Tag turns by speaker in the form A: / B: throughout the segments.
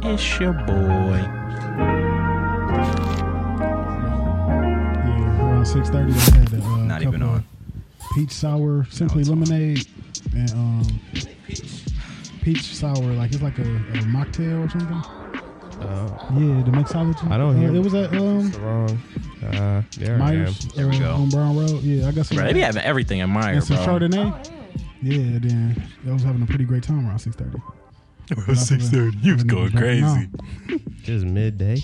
A: It's your boy.
B: Yeah, around six thirty, I had a uh,
A: Not even
B: couple
A: on.
B: of peach sour, simply
A: it's on.
B: lemonade, and um, peach sour. Like it's like a, a mocktail or something.
C: Uh,
B: Yeah, the mixology.
C: I don't
B: uh,
C: hear.
B: It was at um,
C: It's wrong. Uh, there I am.
B: Myers there
A: we go.
B: on Brown Road. Yeah, I got some.
A: Bro, they be having everything in Meyer,
B: and some
A: bro.
B: Chardonnay. Yeah, then I was having a pretty great time around six thirty.
A: It
B: was 6:30. You was going crazy.
C: Just midday.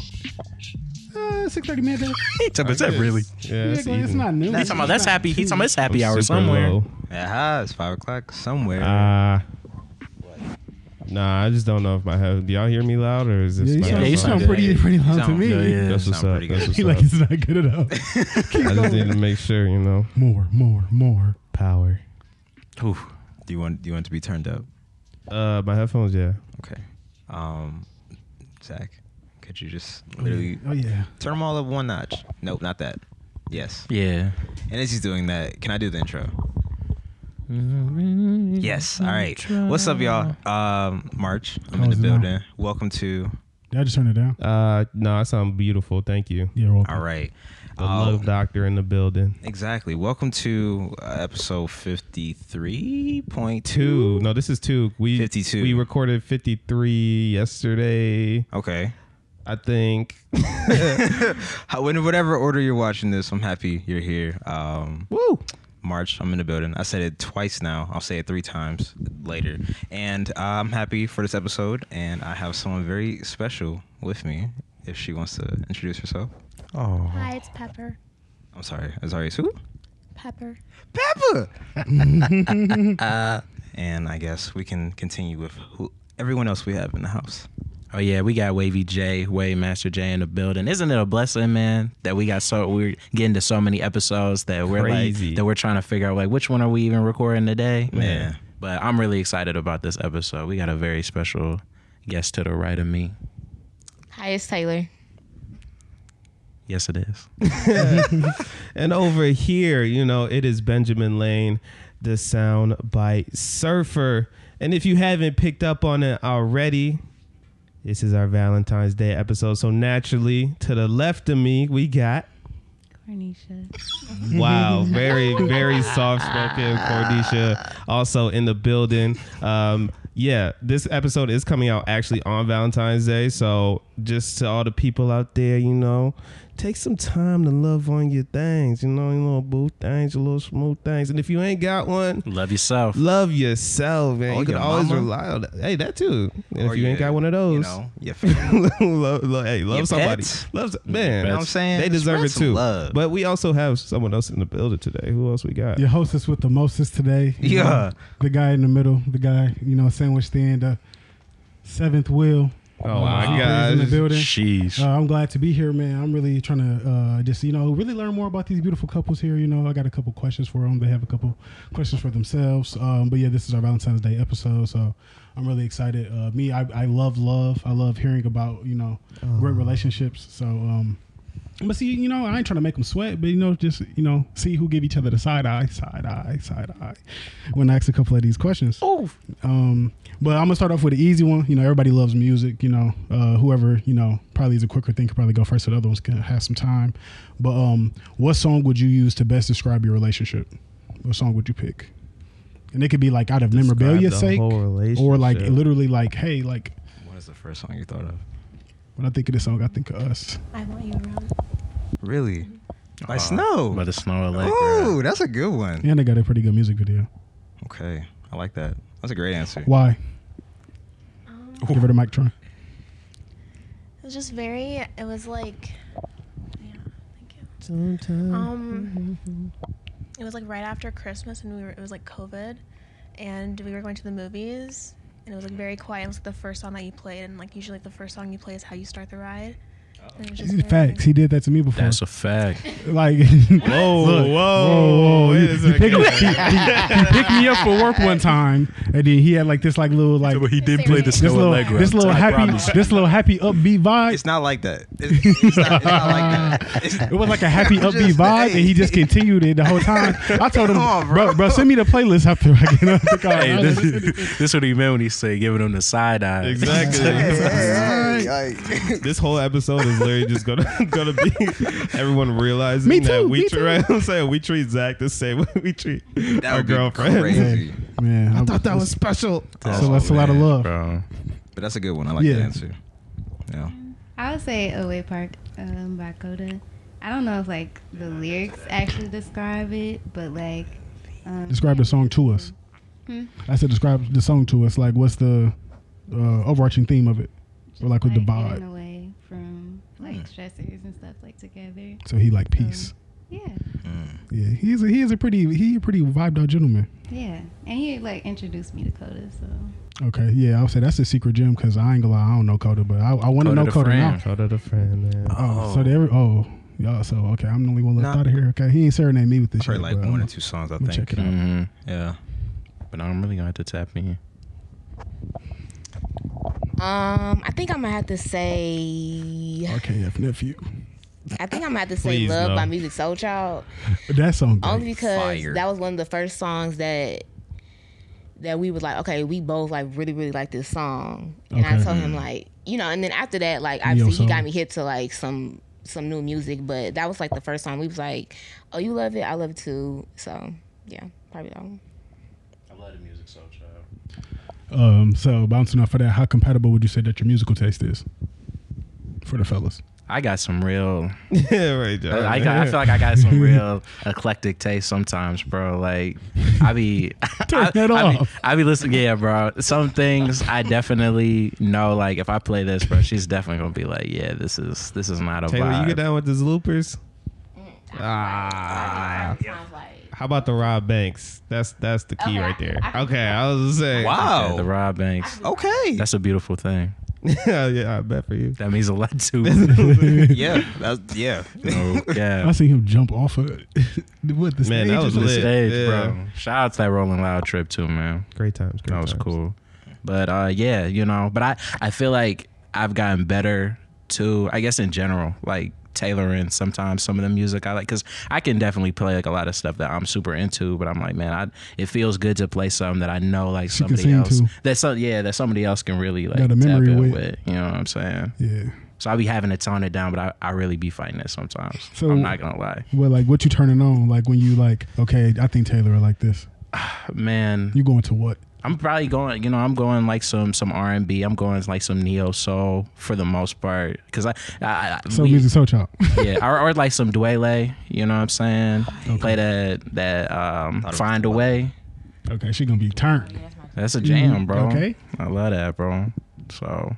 B: Uh, six thirty midday.
A: He talking about that really.
C: Yeah,
B: Yeah,
C: that's
B: it's
C: eating.
B: not noon.
A: That's talking about that's
B: It's not
A: happy. He's talking about it's happy
C: I'm
A: hour
C: super
A: somewhere.
C: low.
D: Yeah, it's five o'clock somewhere.
C: Uh, nah, I just don't know if my head. Do y'all hear me loud or is this?
B: Yeah, you
C: my
B: sound, you
A: it's
C: phone?
B: sound
A: not
B: pretty
A: good.
B: pretty loud to
D: Sound
B: me.
A: good, yeah.
C: That's
D: It's
C: what's
D: not
C: up.
D: pretty
C: That's
D: good.
C: what's
B: He like
C: up.
B: it's not good enough.
C: I just need to make sure you know.
B: more, more, more.
C: Power.
D: Oof. Do you want do you want it to be turned up?
C: Uh, my headphones. Yeah.
D: Okay. Um, Zach, could you just literally
B: Oh yeah.
D: turn them all up one notch? Nope, not that. Yes.
A: Yeah.
D: And as he's doing that, can I do the intro? Yes. All right. What's up, y'all? Um, March. I'm in
B: How's
D: the
B: it going?
D: building. Welcome to.
B: Did I just turn it down?
C: Uh, no, I sound beautiful. Thank you.
B: Yeah, well,
D: All right.
C: The
D: Um,
C: love doctor in the building.
D: Exactly. Welcome to uh, episode fifty-three point two.
C: Two. No, this is two. We
D: 52.
C: We recorded fifty three yesterday.
D: Okay.
C: I think.
D: How, in whatever order you're watching this, I'm happy you're here. Um,
C: Woo.
D: March, I'm in the building. I said it twice now. I'll say it three times later. And uh, I'm happy for this episode. And I have someone very special with me. If she wants to introduce herself,
C: Oh.
E: Hi, it's Pepper.
D: I'm sorry. Azarius who?
E: Pepper.
D: Pepper. Uh, and I guess we can continue with who, everyone else we have in the house.
A: Oh yeah, we got Wavy J, Wave Master J in the building. Isn't it a blessing, man, that we got so we're getting to so many episodes that we're
C: Crazy.
A: like that we're trying to figure out like which one are we even recording today?
D: Yeah.
A: But I'm really excited about this episode. We got a very special guest to the right of me.
F: Hi, it's Taylor.
A: Yes, it is.
C: And over here, you know, it is Benjamin Lane, the sound bite surfer. And if you haven't picked up on it already, this is our Valentine's Day episode. So naturally, to the left of me, we got
F: Cornisha.
C: wow, very very soft spoken Cordisha also in the building. Um yeah, this episode is coming out actually on Valentine's Day. So just to all the people out there, you know, take some time to love on your things, you know, your little boo things, your little smooth things. And if you ain't got one,
A: Love yourself.
C: love yourself, man.
D: Or
C: you can
D: Oh, your
C: always
D: mama.
C: rely on that. Hey, that too. And
D: Or
C: if you ain't
D: your-
C: got one of those,
D: You know, your family.
C: love, love- hey, love
D: Your
C: somebody.
D: pets.
C: Love some- man.
D: You know what I'm saying?
C: They deserve
D: Spread
C: it
D: some
C: too.
D: love.
C: But we also have someone else in the building today. Who else we got?
B: Your hostess with the mostest today. You
D: Yeah.
B: know, the guy in the middle, the guy, you know, sandwiched in the seventh wheel.
C: Oh
B: Uh,
C: my
B: he's In the
C: God.
B: building.
A: Sheesh.
B: Uh, I'm glad to be here, man. I'm really trying to uh, just, you know, really learn more about these beautiful couples here. You know, I got a couple questions for them. They have a couple questions for themselves. Um, but yeah, this is our Valentine's Day episode, so I'm really excited. Uh, me, I, I love love. I love hearing about you know great relationships. So, um, but see, you know, I ain't trying to make them sweat, but you know, just you know, see who give each other the side eye, side eye, side eye. When I ask a couple of these questions. Um, but I'm gonna start off with an easy one. You know, everybody loves music. You know, uh, whoever you know probably is a quicker thing could probably go first. So the other ones can have some time. But um, what song would you use to best describe your relationship? What song would you pick? And it could be like out of
C: Describe
B: memorabilia's
C: the
B: sake,
C: whole
B: or like
C: relationship.
B: literally like, hey, like
D: what is the first song you thought of?
B: when I think of this song, I think of us.
F: I want you around.
D: Really? Like Uh, snow.
A: But Uh, the snow like
D: Ooh, that's a good one.
B: And they got a pretty good music video.
D: Okay, I like that. That's a great answer.
B: Why? Give her the mic, Tron.
F: Um, It was just very. It was like. Yeah, thank you. Um, it was like right after Christmas, and we were. It was like COVID, and we were going to the movies, and it was like very quiet. It was like the first song that you played, and like usually like the first song you play is how you start the ride. And it was just very-
B: Facts. He did that to me before.
A: That's a fact.
B: like,
C: Whoa, whoa,
B: whoa, whoa.
C: wait
B: You,
C: a
B: you pick
C: second.
B: up, he, he picked me up for work one time, and then he had like this like little like
A: But he
F: Say
A: did play
F: right.
A: the
F: This
B: this
A: snow
B: little
A: allegro.
B: this little
A: I
B: happy
A: promise.
B: this little happy upbeat vibe.
D: It's not like that. It's, it's, not, it's not like that. It's,
B: It was like a happy
D: Just-
B: upbeat vibe,
D: hey.
B: and he just continued it the whole time. I told him,
D: Come on,
B: bro. bro, send me the playlist after I get out the car.
A: Hey,
B: I
A: this,
B: was like,
A: this what he meant when he said giving him the side eye.
C: Exactly.
D: Hey, hey, hey.
C: this whole episode is literally just gonna gonna be everyone realizing
B: Me
C: that
B: too,
C: we
B: me
C: treat
B: too.
C: right, I'm saying we treat Zach the same way we treat
D: That
C: our
D: would be
C: girlfriends.
D: crazy.
B: Man, I thought
C: that was special.
B: so that's a lot of
D: man,
B: love.
A: Bro.
D: But that's a good one. I like
B: Yeah.
D: the answer. Yeah.
G: I would say Away Park um, by Coda. I don't know if like the lyrics actually describe it, but like um,
B: Describe the song to us.
G: Hmm?
B: I said, describe the song to us. Like, what's the uh, overarching theme of it, or like with the
G: getting
B: vibe?
G: away from like stressors and stuff like together.
B: So he like peace.
D: Mm.
G: Yeah,
B: Yeah, he's a, he is a pretty he a pretty vibed out gentleman.
G: yeah. And he like introduced me to Coda, so
B: Okay, yeah, I would say that's a secret gem because I ain't gonna lie, I don't know Coda, but I, I want to
A: Coda
B: know
A: the
B: Coda now.
A: friend.
C: Shout out to friend, man.
B: Oh, so there. Oh, yeah. So okay, I'm the only one left
D: Nah.
B: out of here. Okay, he ain't serenade me with this
D: I've heard
B: shit.
D: like
B: but um,
D: one
B: I'ma-
D: or two songs, I
B: I'ma
D: think.
B: check it out.
A: Mhm.
D: Yeah.
A: But I'm really gonna have to tap in.
H: Um, I think I'm gonna have to say.
B: RKF nephew.
H: I think I'm gonna have to say
C: Please,
H: "Love"
C: no.
H: by Music Soul Child,
B: That song. Great.
H: only because
D: Fire.
H: that was one of the first songs that that we was like, okay, we both like really really like this song, and I
B: Okay.
H: told him like, you know, and then after that, like, obviously
B: Neo
H: he got
B: soul.
H: me hit to like some some new music, but that was like the first time we was like, oh, you love it, I love it too, so yeah, probably that one.
A: I love the music so child.
B: Um, so bouncing off of that, how compatible would you say that your musical taste is for the fellas?
A: I got some real
C: yeah, right.
A: I, I got, I feel like I got some real eclectic taste sometimes, bro. Like, I be
B: Turn
A: I,
B: that
A: I be,
B: off.
A: I be listening. Yeah, bro. Some things I definitely know. Like, if I play this, bro, she's definitely gonna be like, "Yeah, this is this is not a
C: Taylor, you
A: vibe."
C: get down with these loopers. Ah, how about the Rob Banks? That's that's the key
H: Okay,
C: right
H: I-
C: there.
H: I-
C: okay, I was saying.
A: Yeah, the
D: Wow.
A: Rob Banks.
D: Okay.
A: That's a beautiful thing.
C: yeah, yeah, I bet for you.
A: That means a lot to me.
D: yeah. That's yeah.
A: So,
B: I
A: yeah.
B: see him jump off of what the
C: Man,
B: stage.
C: that was
B: is
A: The
C: lit.
A: stage,
C: Yeah.
A: bro. Shout out to that Rolling Loud trip too, man.
C: Great times. Great
A: That was
C: times.
A: cool. But uh, yeah, you know, but I, I feel like I've gotten better too, I guess in general, like tailoring sometimes some of the music I like. Cause I can definitely play like a lot of stuff that I'm super into, but I'm like, man, I, it feels good to play something that I know like
B: She can
A: somebody
B: sing,
A: else.
B: too.
A: That some, yeah, that somebody else can really like
B: Got a
A: tap
B: memory
A: in
B: with.
A: with. You know what I'm saying?
B: Yeah.
A: So I be having to tone it down, but I, I really be fighting it sometimes.
B: So-
A: I'm not gonna lie.
B: Well, like what you turning on? Like when you like, okay, I think Taylor will like this.
A: Man.
B: You going to what?
A: I'm probably going, you know, I'm going like some some R and B. I'm going like some neo soul for the most part, because I, I, I
B: So
A: we-
B: music, so child.
A: yeah, or, or like some Dwele. You know what I'm saying? Play that that um,
D: Thought it was
A: find a
D: Dwele.
A: way.
B: okay, she gonna be turned.
A: That's a jam, bro.
B: Mm-hmm. Okay.
A: I love that, bro. So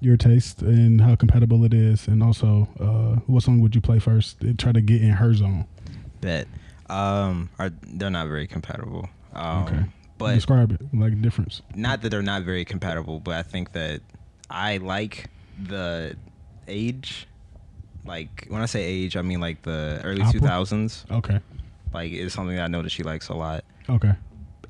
B: Your taste and how compatible it is, and also uh, what song would you play first? to Try to get in her zone.
D: Bet. Um, are they're not very compatible. Um,
B: Okay.
D: But
B: Describe it like the difference.
D: not that they're not very compatible, but I think that I like the age. Like when I say age, I mean like the early
B: Opera?
D: two thousands.
B: Okay.
D: Like it's something that I know that she likes a lot,
B: Okay.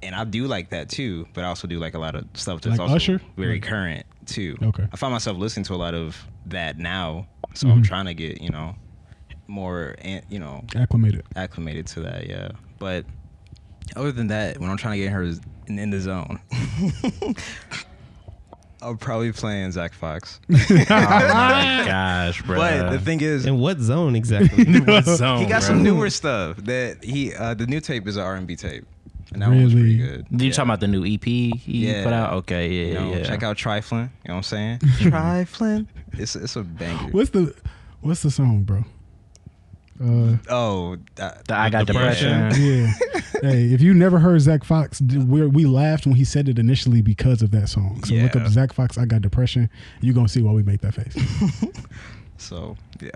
D: and I do like that too. But I also do like a lot of stuff that's
B: Like
D: also
B: Usher?
D: very
B: Like-
D: current too.
B: Okay.
D: I find myself listening to a lot of that now, so I'm
B: Mhm.
D: trying to get you know more and you know
B: Acclimated.
D: acclimated to that, yeah. But other than that, when I'm trying to get her in, in the zone, I'm probably playing Zach Fox.
A: oh my gosh, bro.
D: But the thing is,
C: In what zone exactly?
A: zone,
D: he got
A: bro.
D: some newer stuff that he uh, the new tape is an R&B tape, and that one was
B: Really?
D: pretty good.
A: You
D: yeah.
A: talking about the new EP he
D: Yeah.
A: put out? Okay, yeah,
D: You know,
A: yeah.
D: Check out Triflin. You know what I'm saying? Triflin. It's it's a banger.
B: What's the What's the song, bro? Uh,
D: Oh, that,
A: The I got depression.
B: yeah. hey, if you never heard Zach Fox, d- we we laughed when he said it initially because of that song. So look
D: Yeah.
B: up Zach Fox. I got depression. You gonna see why we make that face.
D: So yeah,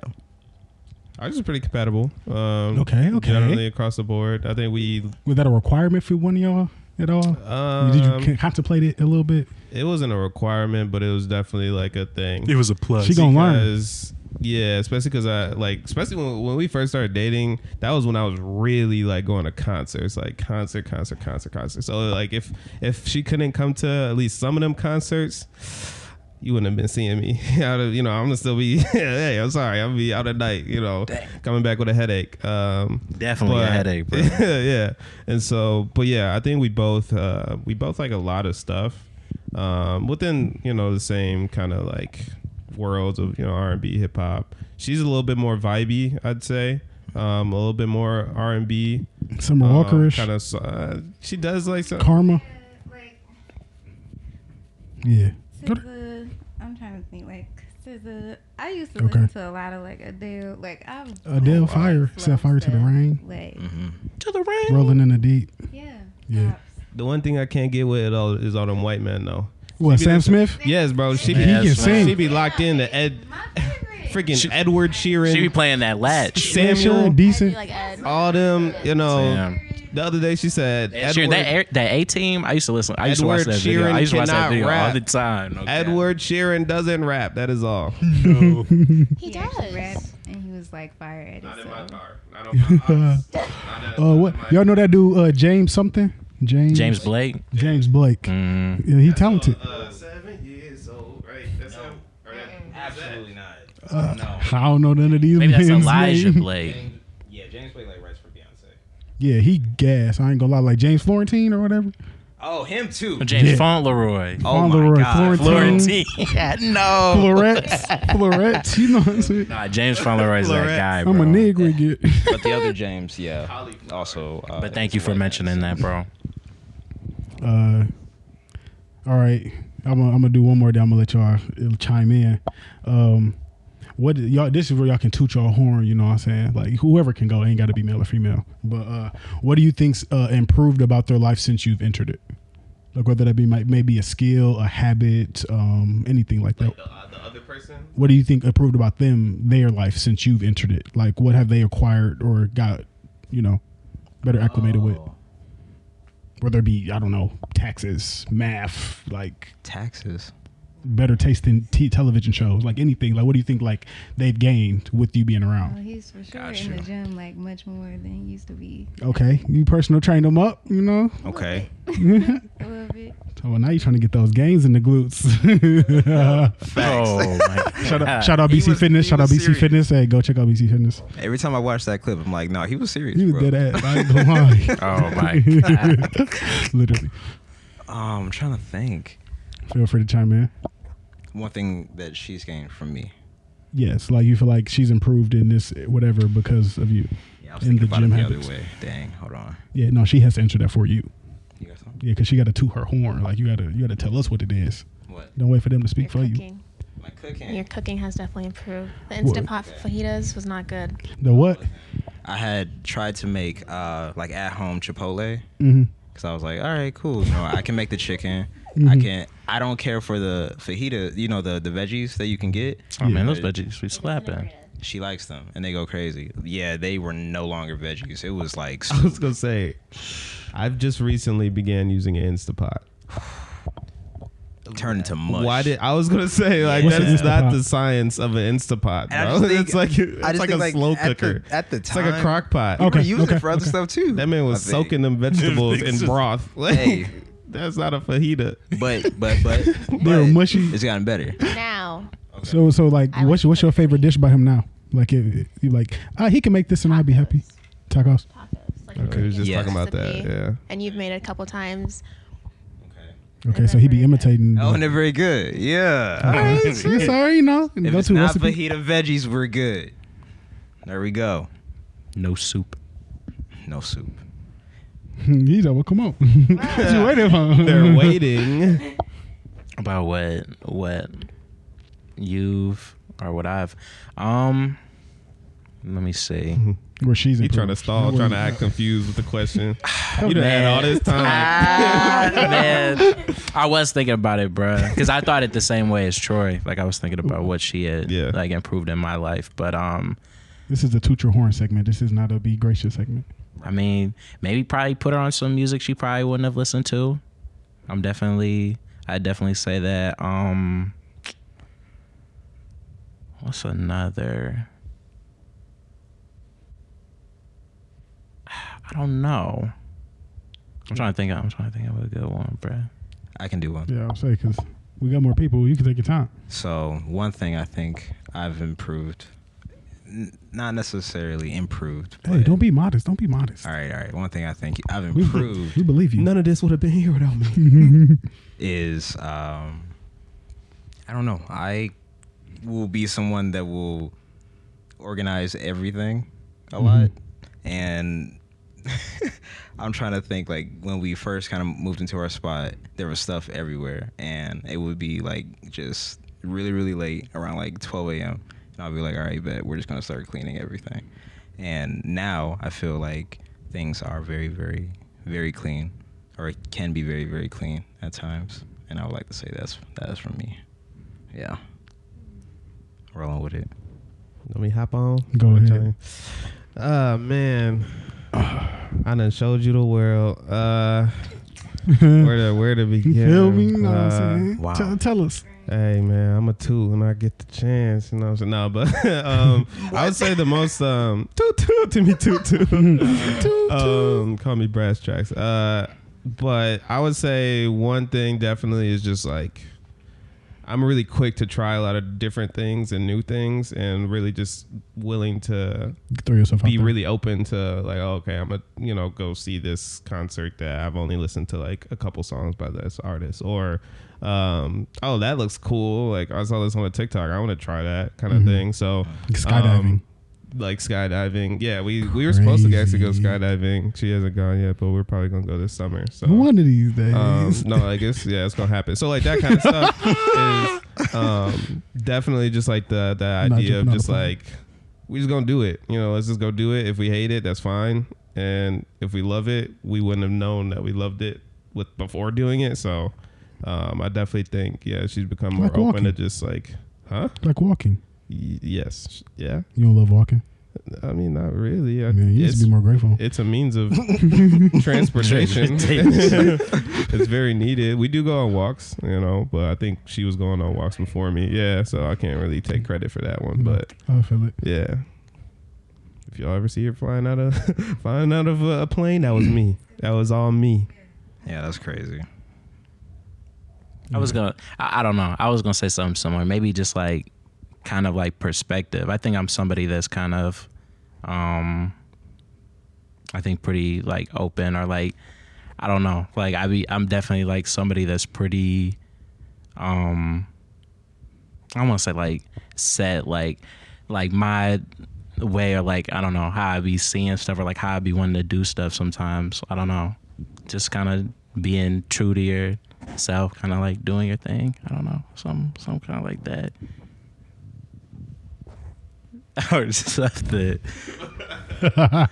C: Ours is pretty compatible. Um,
B: Okay, okay.
C: Generally across the board, I think we.
B: Was that a requirement for one of y'all at all?
A: Uh,
C: Um,
B: Did you c- contemplate it a little bit?
C: It wasn't a requirement, but it was definitely like a thing.
A: was a plus.
B: She gonna learn.
C: Because Yeah, especially because I like, especially when, when we first started dating, that was when I was really like going to concerts, like concert, concert, concert, concert. So like, if if she couldn't come to at least some of them concerts, you wouldn't have been seeing me. out of you know, I'm gonna still be. hey, I'm sorry, I'm gonna be out at night. You know, coming back with a headache. Um,
A: Definitely a
C: but-
A: headache, bro.
C: yeah, and so, but yeah, I think we both uh, we both like a lot of stuff um, within you know the same kind of like worlds of you know R and B, hip hop. She's a little bit more vibey, I'd say. Um, a little bit more R and B.
B: Summer
C: um,
B: Walkerish,
C: kind of. Uh, she does like some.
B: Karma.
G: Like,
B: Yeah. Go to-
G: SZA, I'm trying to think. Like SZA, I used to listen
B: Okay.
G: to a lot of like Adele. Like I'm
B: Adele, Fire, Set Fire to the Rain,
G: Like
C: Mm-hmm.
B: Rolling in the Deep.
G: yeah,
B: Yeah.
G: Pops.
C: The one thing I can't get with it all is all them white men though.
B: What,
C: She be
B: Sam
C: listening-
B: Smith?
C: Yes, bro. She
B: He can
C: be,
B: sing.
C: she be locked in to Ed,
G: My favorite.
C: freaking Edward Sheeran.
A: She be playing that latch.
B: Yeah, she
C: Samuel,
B: ain't decent.
F: like Ed.
C: all them, you know.
A: Damn.
C: The other day she said
A: Yeah,
C: Edward,
A: sure, that air- that A team, I used to listen. I used
C: Edward
A: to watch that video. I
C: Sheeran
A: used to watch
C: cannot
A: that video
C: rap.
A: all the time. no cap.
C: Edward Sheeran doesn't rap. That is all.
F: He
G: He
F: does.
G: actually rapped and he was like fire at it. So.
C: Not on my
B: house. Uh, what y'all know that dude uh, James something? James
A: James Blake. Mm.
B: James Blake. Yeah, he talented.
C: Uh, seven years old, right? That's him.
D: Absolutely not. no.
B: Uh, I don't know none of these
A: Maybe that's
B: men's
A: Elijah
B: name.
A: Blake.
D: James, yeah, James Blake like writes for Beyonce.
B: Yeah, he gas. I ain't gonna lie, like James Florentine or whatever.
D: Oh, him too.
A: James
B: Yeah.
A: Fauntleroy.
D: Oh
B: Fauntleroy,
D: my God.
B: Florentine,
A: Florentine. yeah, no.
B: Florets, Florets. You know what I'm saying?
A: Nah, James Fauntleroy is that
C: Florence.
A: guy, bro.
B: I'm a nigga. Get.
D: But the other James, yeah. Also. Uh,
A: But thank you for mentioning that, bro.
B: Uh, all right, I'm gonna I'm gonna do one more. Then I'm gonna let y'all uh, chime in. Um, what y'all? This is where y'all can toot y'all horn. You know what I'm saying? Like whoever can go, it ain't got to be male or female. But uh, what do you think's uh, improved about their life since you've entered it? Like whether that be might maybe a skill, a habit, um, anything like that.
C: The other person.
B: What do you think improved about them, their life since you've entered it? Like what have they acquired or got, you know, better acclimated with? Whether it be I don't know taxes, math, like
D: Taxes.
B: better taste in t- television shows, like anything. Like, what do you think? Like they've gained with you being
G: Well,
B: around.
G: he's for sure
A: Got
G: in
A: you.
G: the gym like much more than he used to be.
B: Okay, you personal trained them up, you know.
D: Okay.
G: A little bit.
B: So well, now you're trying to get those gains in the glutes.
A: Oh my.
B: shout out, shout out
D: He
B: BC
D: was-
B: Fitness.
D: he
B: Shout out
D: was
B: BC
D: serious.
B: Fitness. Hey, go check out BC Fitness.
D: Every time I watch that clip, I'm like, no, he was serious.
B: You
D: bro.
B: did that. I ain't gonna lie.
A: Oh my. God.
B: Literally.
D: Um, I'm trying to think.
B: Feel free to chime in.
D: One thing that she's gained from me.
B: Yes, like you feel like she's improved in this whatever because of you.
D: Yeah, I
B: In the gym
D: it
B: habits.
D: other way. Dang, hold on.
B: Yeah, no, she has to answer that for you.
D: You got something?
B: Yeah, because she got to toot her horn. Like you gotta, you gotta tell us what it is.
D: What?
B: Don't wait for them to speak for you.
F: cooking.
D: My cooking.
F: Your cooking has definitely improved. The
B: Word.
F: Instant Pot fajitas was not good.
B: The what?
D: I had tried to make uh like at home Chipotle
B: Mm-hmm.
D: because I was like, all right, cool. You know, I can make the chicken. I
B: Mhm.
D: can. I don't care for the fajita. You know the the veggies that you can get.
A: Oh man, those veggies be slapping.
D: She likes them and they go crazy. Yeah, they were no longer veggies. It was like
C: I was gonna say, I've just recently began using an Instapot.
D: turned into mush.
C: Why did I was gonna say like
B: What's
C: that
B: an
C: is not
B: Instapot?
C: the science of an Instapot,
D: And I just
C: bro.
D: think-
C: it's like it's
D: I just
C: like a
D: think, like,
C: slow
D: at the-
C: cooker.
D: at the
C: it's like a
D: time-
C: crock pot.
D: We were
B: Okay,
D: using
B: okay,
D: it for other
B: okay.
D: stuff too.
C: That man was
D: I think.
C: soaking them vegetables in
A: Just-
C: broth. Like,
D: Hey.
C: that's not a fajita.
D: But but but,
B: They're
D: but
B: mushy.
D: It's gotten better.
F: Now,
B: So so like,
F: I
B: what's
F: like
B: what's your
F: cooking.
B: favorite dish by him now? Like if you like, ah, he can make this and I'd be happy. Tacos.
F: tacos. Like
B: Okay.
C: We was just
D: Yeah.
C: talking about that.
F: Recipe.
C: Yeah.
F: And you've made it a couple times.
D: Okay.
B: Okay, so he be imitating.
D: Oh, and they're very good. Yeah. All right.
B: Alright, it's- it's all right, you know.
D: If
B: Go
D: it's
B: to
D: not
B: recipe.
D: fajita veggies, we're good. There we go.
A: No soup.
D: No soup.
B: He's like, well, come on. What you waiting for?
C: They're waiting.
A: about what what you've or what I've um let me see.
B: Where she's
C: You trying to
B: improved.
C: stall,
B: Where
C: trying
B: you-
C: to act confused with the question. you done had
A: man.
C: all this time.
A: Ah, man. I was thinking about it, bruh. Cause I thought it the same way as Troy. Like I was thinking about what she had
C: Yeah.
A: like improved in my life. But um
B: This is the toot your horn segment. This is not a be gracious segment.
A: I mean, maybe probably put her on some music she probably wouldn't have listened to. I'm definitely I definitely say that. Um What's another? I don't know. I'm trying to think. I'm trying to think of a good one, bruh.
D: I can do one.
B: Yeah, I'll say because we got more people. You can take your time.
D: So one thing I think I've improved, n- not necessarily improved. But,
B: Hey, don't be modest. Don't be modest.
D: All right, all right. One thing I think I've
B: We,
D: improved
B: we believe you.
C: None of this would have been here without me.
D: is um, I don't know. I will be someone that will organize everything a lot, and I'm trying to think like when we first kind of moved into our spot, there was stuff everywhere, and it would be like just really really late around like 12 a.m. And I'll be like, all right, bet we're just gonna start cleaning everything. And now I feel like things are very very very clean, or it can be very very clean at times. And I would like to say that's that is from me. Yeah, rolling with it.
C: Let me hop on.
B: Go ahead.
C: Oh man, I done showed you the world. Uh, where to where to begin?
B: You feel me? You know what I'm
C: Uh,
B: saying?
A: wow.
B: Tell, tell us.
C: Hey man, I'm a two when I get the chance. You know what I'm saying? No, but um, I would say the most um toot toot to me toot toot. um, call me brass tracks. Uh, but I would say one thing definitely is just like I'm really quick to try a lot of different things and new things, and really just willing to
B: Throw yourself out
C: be
B: there.
C: really open to like oh, okay i'm gonna you know go see this concert that i've only listened to like a couple songs by this artist or um oh that looks cool like i saw this on a tiktok i want to try that kind of thing so
B: Skydiving.
C: um, like skydiving yeah we we were supposed to actually go
B: Crazy.
C: skydiving she hasn't gone yet but we're probably gonna go this summer so
A: uh,
B: One of these days.
C: um, no, I guess yeah, it's gonna happen. So like that kind of stuff is um, definitely just like the the
B: Not
C: idea
B: jumping
C: of
B: on
C: just
B: the plane.
C: like we just gonna do it. You know, let's just go do it. If we hate it, that's fine. And if we love it, we wouldn't have known that we loved it with before doing it. So um, I definitely think yeah, she's become more
B: Like
C: open to
B: walking.
C: just like, huh?
B: like walking.
C: Y- yes, yeah.
B: You don't love walking?
C: I mean, not really. I,
A: Uh,
B: Man, you used
C: it's
B: to be more grateful.
C: it's a means of transportation. it's very needed. We do go on walks, you know, but I think she was going on walks before me. Yeah, so I can't really take credit for that one, but
B: I feel it.
C: yeah. If y'all ever see her flying out of flying out of a plane, that was me. That was all me.
D: Yeah, that's crazy.
A: I was gonna. I, I don't know. I was gonna say something similar. Maybe just like kind of like perspective. I think I'm somebody that's kind of, um, I think pretty like open or like, I don't know. Like I be. I'm definitely like somebody that's pretty, um, I want to say like set like, like my way or like I don't know how I be seeing stuff or like how I be wanting to do stuff sometimes. I don't know. Just kind of being true to your self, kind of like doing your thing. I don't know, some some kind of like that, or stuff that.
H: I'm trying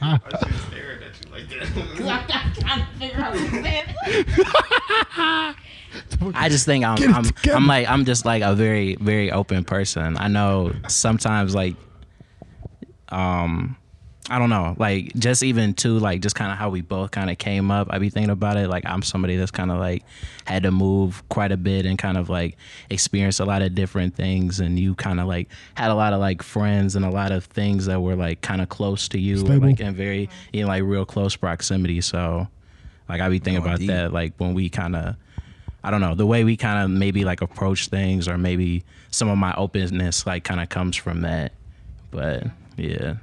H: to figure out what
A: I just think I'm
B: it
A: I'm,
B: together.
A: I'm like I'm just like a very very open person. I know sometimes like um I don't know, like just even too like just kind of how we both kind of came up. I be thinking about it like I'm somebody that's kind of like had to move quite a bit and kind of like experience a lot of different things and you kind of like had a lot of like friends and a lot of things that were like kind of close to you or
B: Stable.
A: like in very in like real close proximity. So like I be thinking
D: Going
A: about
D: deep.
A: that like when we kind of I don't know, the way we kind of maybe like approach things or maybe some of my openness like kind of comes from that. But yeah.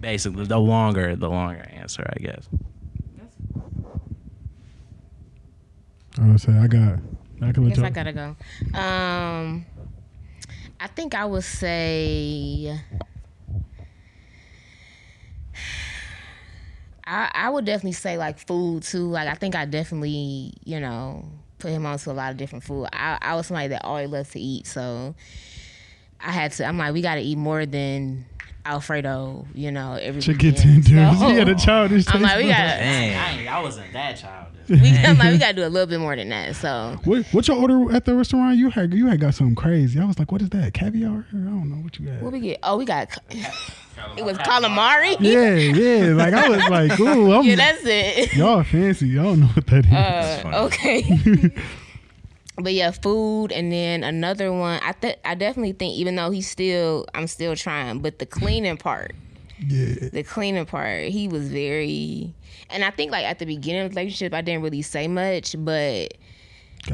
A: Basically, the longer, the longer answer, I guess.
B: I was gonna say, I got. I can let
H: Guess
B: you.
H: I gotta go. Um, I think I would say I I would definitely say like food too. Like I think I definitely you know put him onto a lot of different food. I I was somebody that always loved to eat, so I had to. I'm like, we gotta eat more than Alfredo. You know, every
B: Chicken
H: weekend.
B: tenders.
H: So-
B: He had a childish taste.
H: I'm like, we gotta.
D: Dang.
A: I wasn't that childish.
H: We, I'm like, we gotta do a little bit more than that. So
B: What, what your order at the restaurant? You had you had got something crazy. I was like, what is that? Caviar? I don't know what you had.
H: What we get? Oh, we got. It was calamari.
B: yeah, yeah. Like I was like, ooh, I'm,
H: Yeah, that's it.
B: y'all fancy. Y'all know what that is.
H: Uh, okay. but yeah, food, and then another one. I th- I definitely think even though he's still, I'm still trying, but the cleaning part,
B: Yeah.
H: the cleaning part, he was very, and I think like at the beginning of the relationship, I didn't really say much, but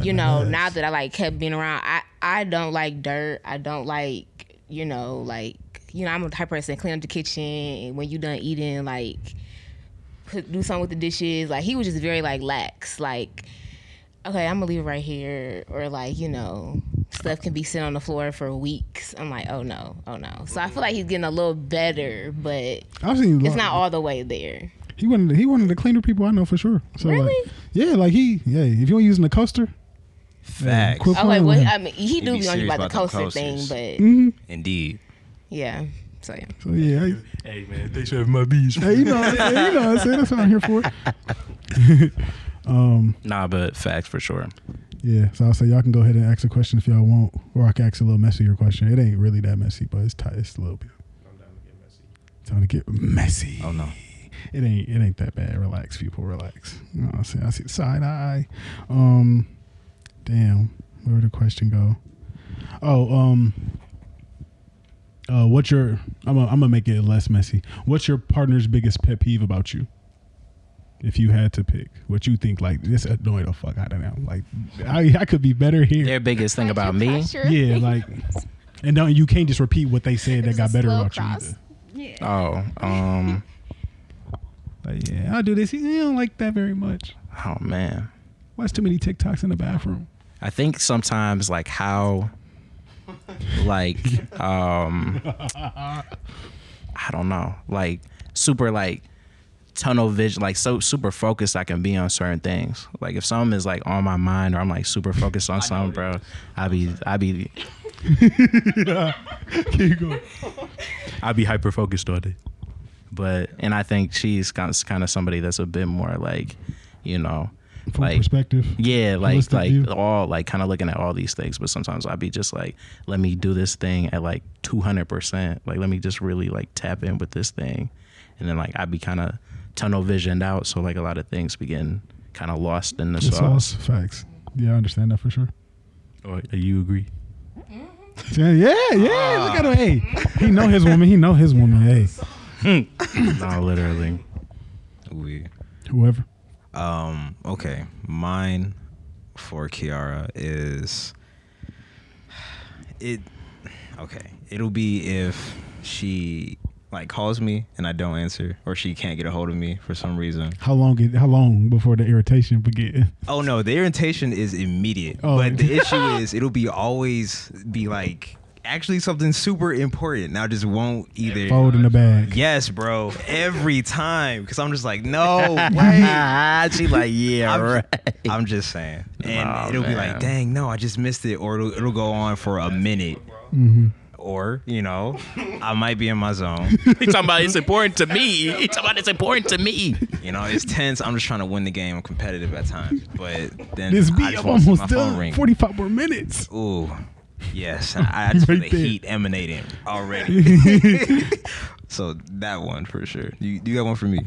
H: you know, now that I like kept being around, I I don't like dirt. I don't like you know like you know I'm a type of person that clean up the kitchen and when you done eating like put, do something with the dishes. Like he was just very like lax. Like okay, I'm gonna leave it right here or like you know stuff can be sitting on the floor for weeks. I'm like oh no, oh no. So I feel like he's getting a little better, but
B: I've seen.
H: it's not all the way there.
B: He wanted. He wanted the cleaner people I know for sure. So Like,
H: Really?
B: yeah, like he. Yeah, if you ain't using a coaster,
D: Facts.
B: Quit
H: Okay,
B: playing with
H: well
B: him.
H: I mean he do
D: be
H: be on you
D: serious
H: about the
D: about them
H: coaster thing,
D: coasters.
H: but
B: hmm
D: Indeed.
H: yeah. So yeah.
B: So yeah, I,
A: Hey man, thanks for having my bees.
B: hey, you know, yeah, you know, what I'm saying? that's what I'm here for. um,
A: Nah, but facts for sure.
B: yeah. So I'll say y'all can go ahead and ask a question if y'all want, or I can ask a little messier question. It ain't really that messy, but it's tight. It's a little bit. Time to get messy.
D: Oh no.
B: It ain't. It ain't that bad. Relax, people. Relax. You know what I'm saying? I see the side eye. Um, damn. Where did the question go? Oh, um, uh, what's your? I'm. i I'm gonna make it less messy. What's your partner's biggest pet peeve about you? If you had to pick, what you think like this annoyed the fuck out of them. Like, I I could be better here.
A: Their biggest thing about me.
B: yeah, like, and don't you can't just repeat what they said that got better about you. Either.
G: Yeah.
A: Oh, um,
B: Like, yeah, I do this. You don't like that very much.
A: oh man.
B: Watch too many TikToks in the bathroom.
A: I think sometimes like how like um I don't know, like super like tunnel vision like so super focused I can be on certain things. Like if something is like on my mind or I'm like super focused on something, bro, I be I be
B: Keep going.
A: I be hyper focused on it. But and I think she's kind of somebody that's a bit more like, you know,
B: From
A: like
B: perspective.
A: Yeah, like
B: Holistic
A: like
B: view.
A: all like kind of looking at all these things, but sometimes I'd be just like, let me do this thing at like two hundred percent. Like let me just really like tap in with this thing, and then like I'd be kind of tunnel visioned out, so like a lot of things be getting kind of lost in the
B: It's all
A: sauce.
B: facts. Yeah, I understand that for sure.
A: Or, you agree?
B: Yeah, yeah, yeah. Look at him. Hey, he know his woman. He know his woman. Hey,
A: no, literally.
D: Weird.
B: whoever.
D: Um, okay. Mine for Kiara is it okay. It'll be if she like calls me and I don't answer or she can't get a hold of me for some reason.
B: How long? It, how long before the irritation begin?
D: Oh no, the irritation is immediate.
B: Oh.
D: But the issue is it'll be always be like actually something super important. Now just won't either
B: Fold in the bag.
D: Yes, bro. Every time. Because I'm just like, no way.
A: she like yeah
D: I'm,
A: right.
D: I'm just saying. And
A: Wow,
D: it'll be
A: man.
D: like, dang, no, I just missed it. Or it'll, it'll go on for a minute.
B: Mm-hmm.
D: Or, you know, I might be in my zone.
A: He talking about it's important to me. He talking about it's important to me.
D: You know, it's tense. I'm just trying to win the game. I'm competitive at times. But then
B: This
D: I
B: beat
D: just
B: up
D: want to see
B: almost
D: my phone
B: done.
D: ring.
B: Forty-five more minutes.
D: Ooh. Yes. And I, I just
B: Right
D: feel the
B: there.
D: heat emanating already.
B: Damn,
D: so that one for sure. You, you got one for me?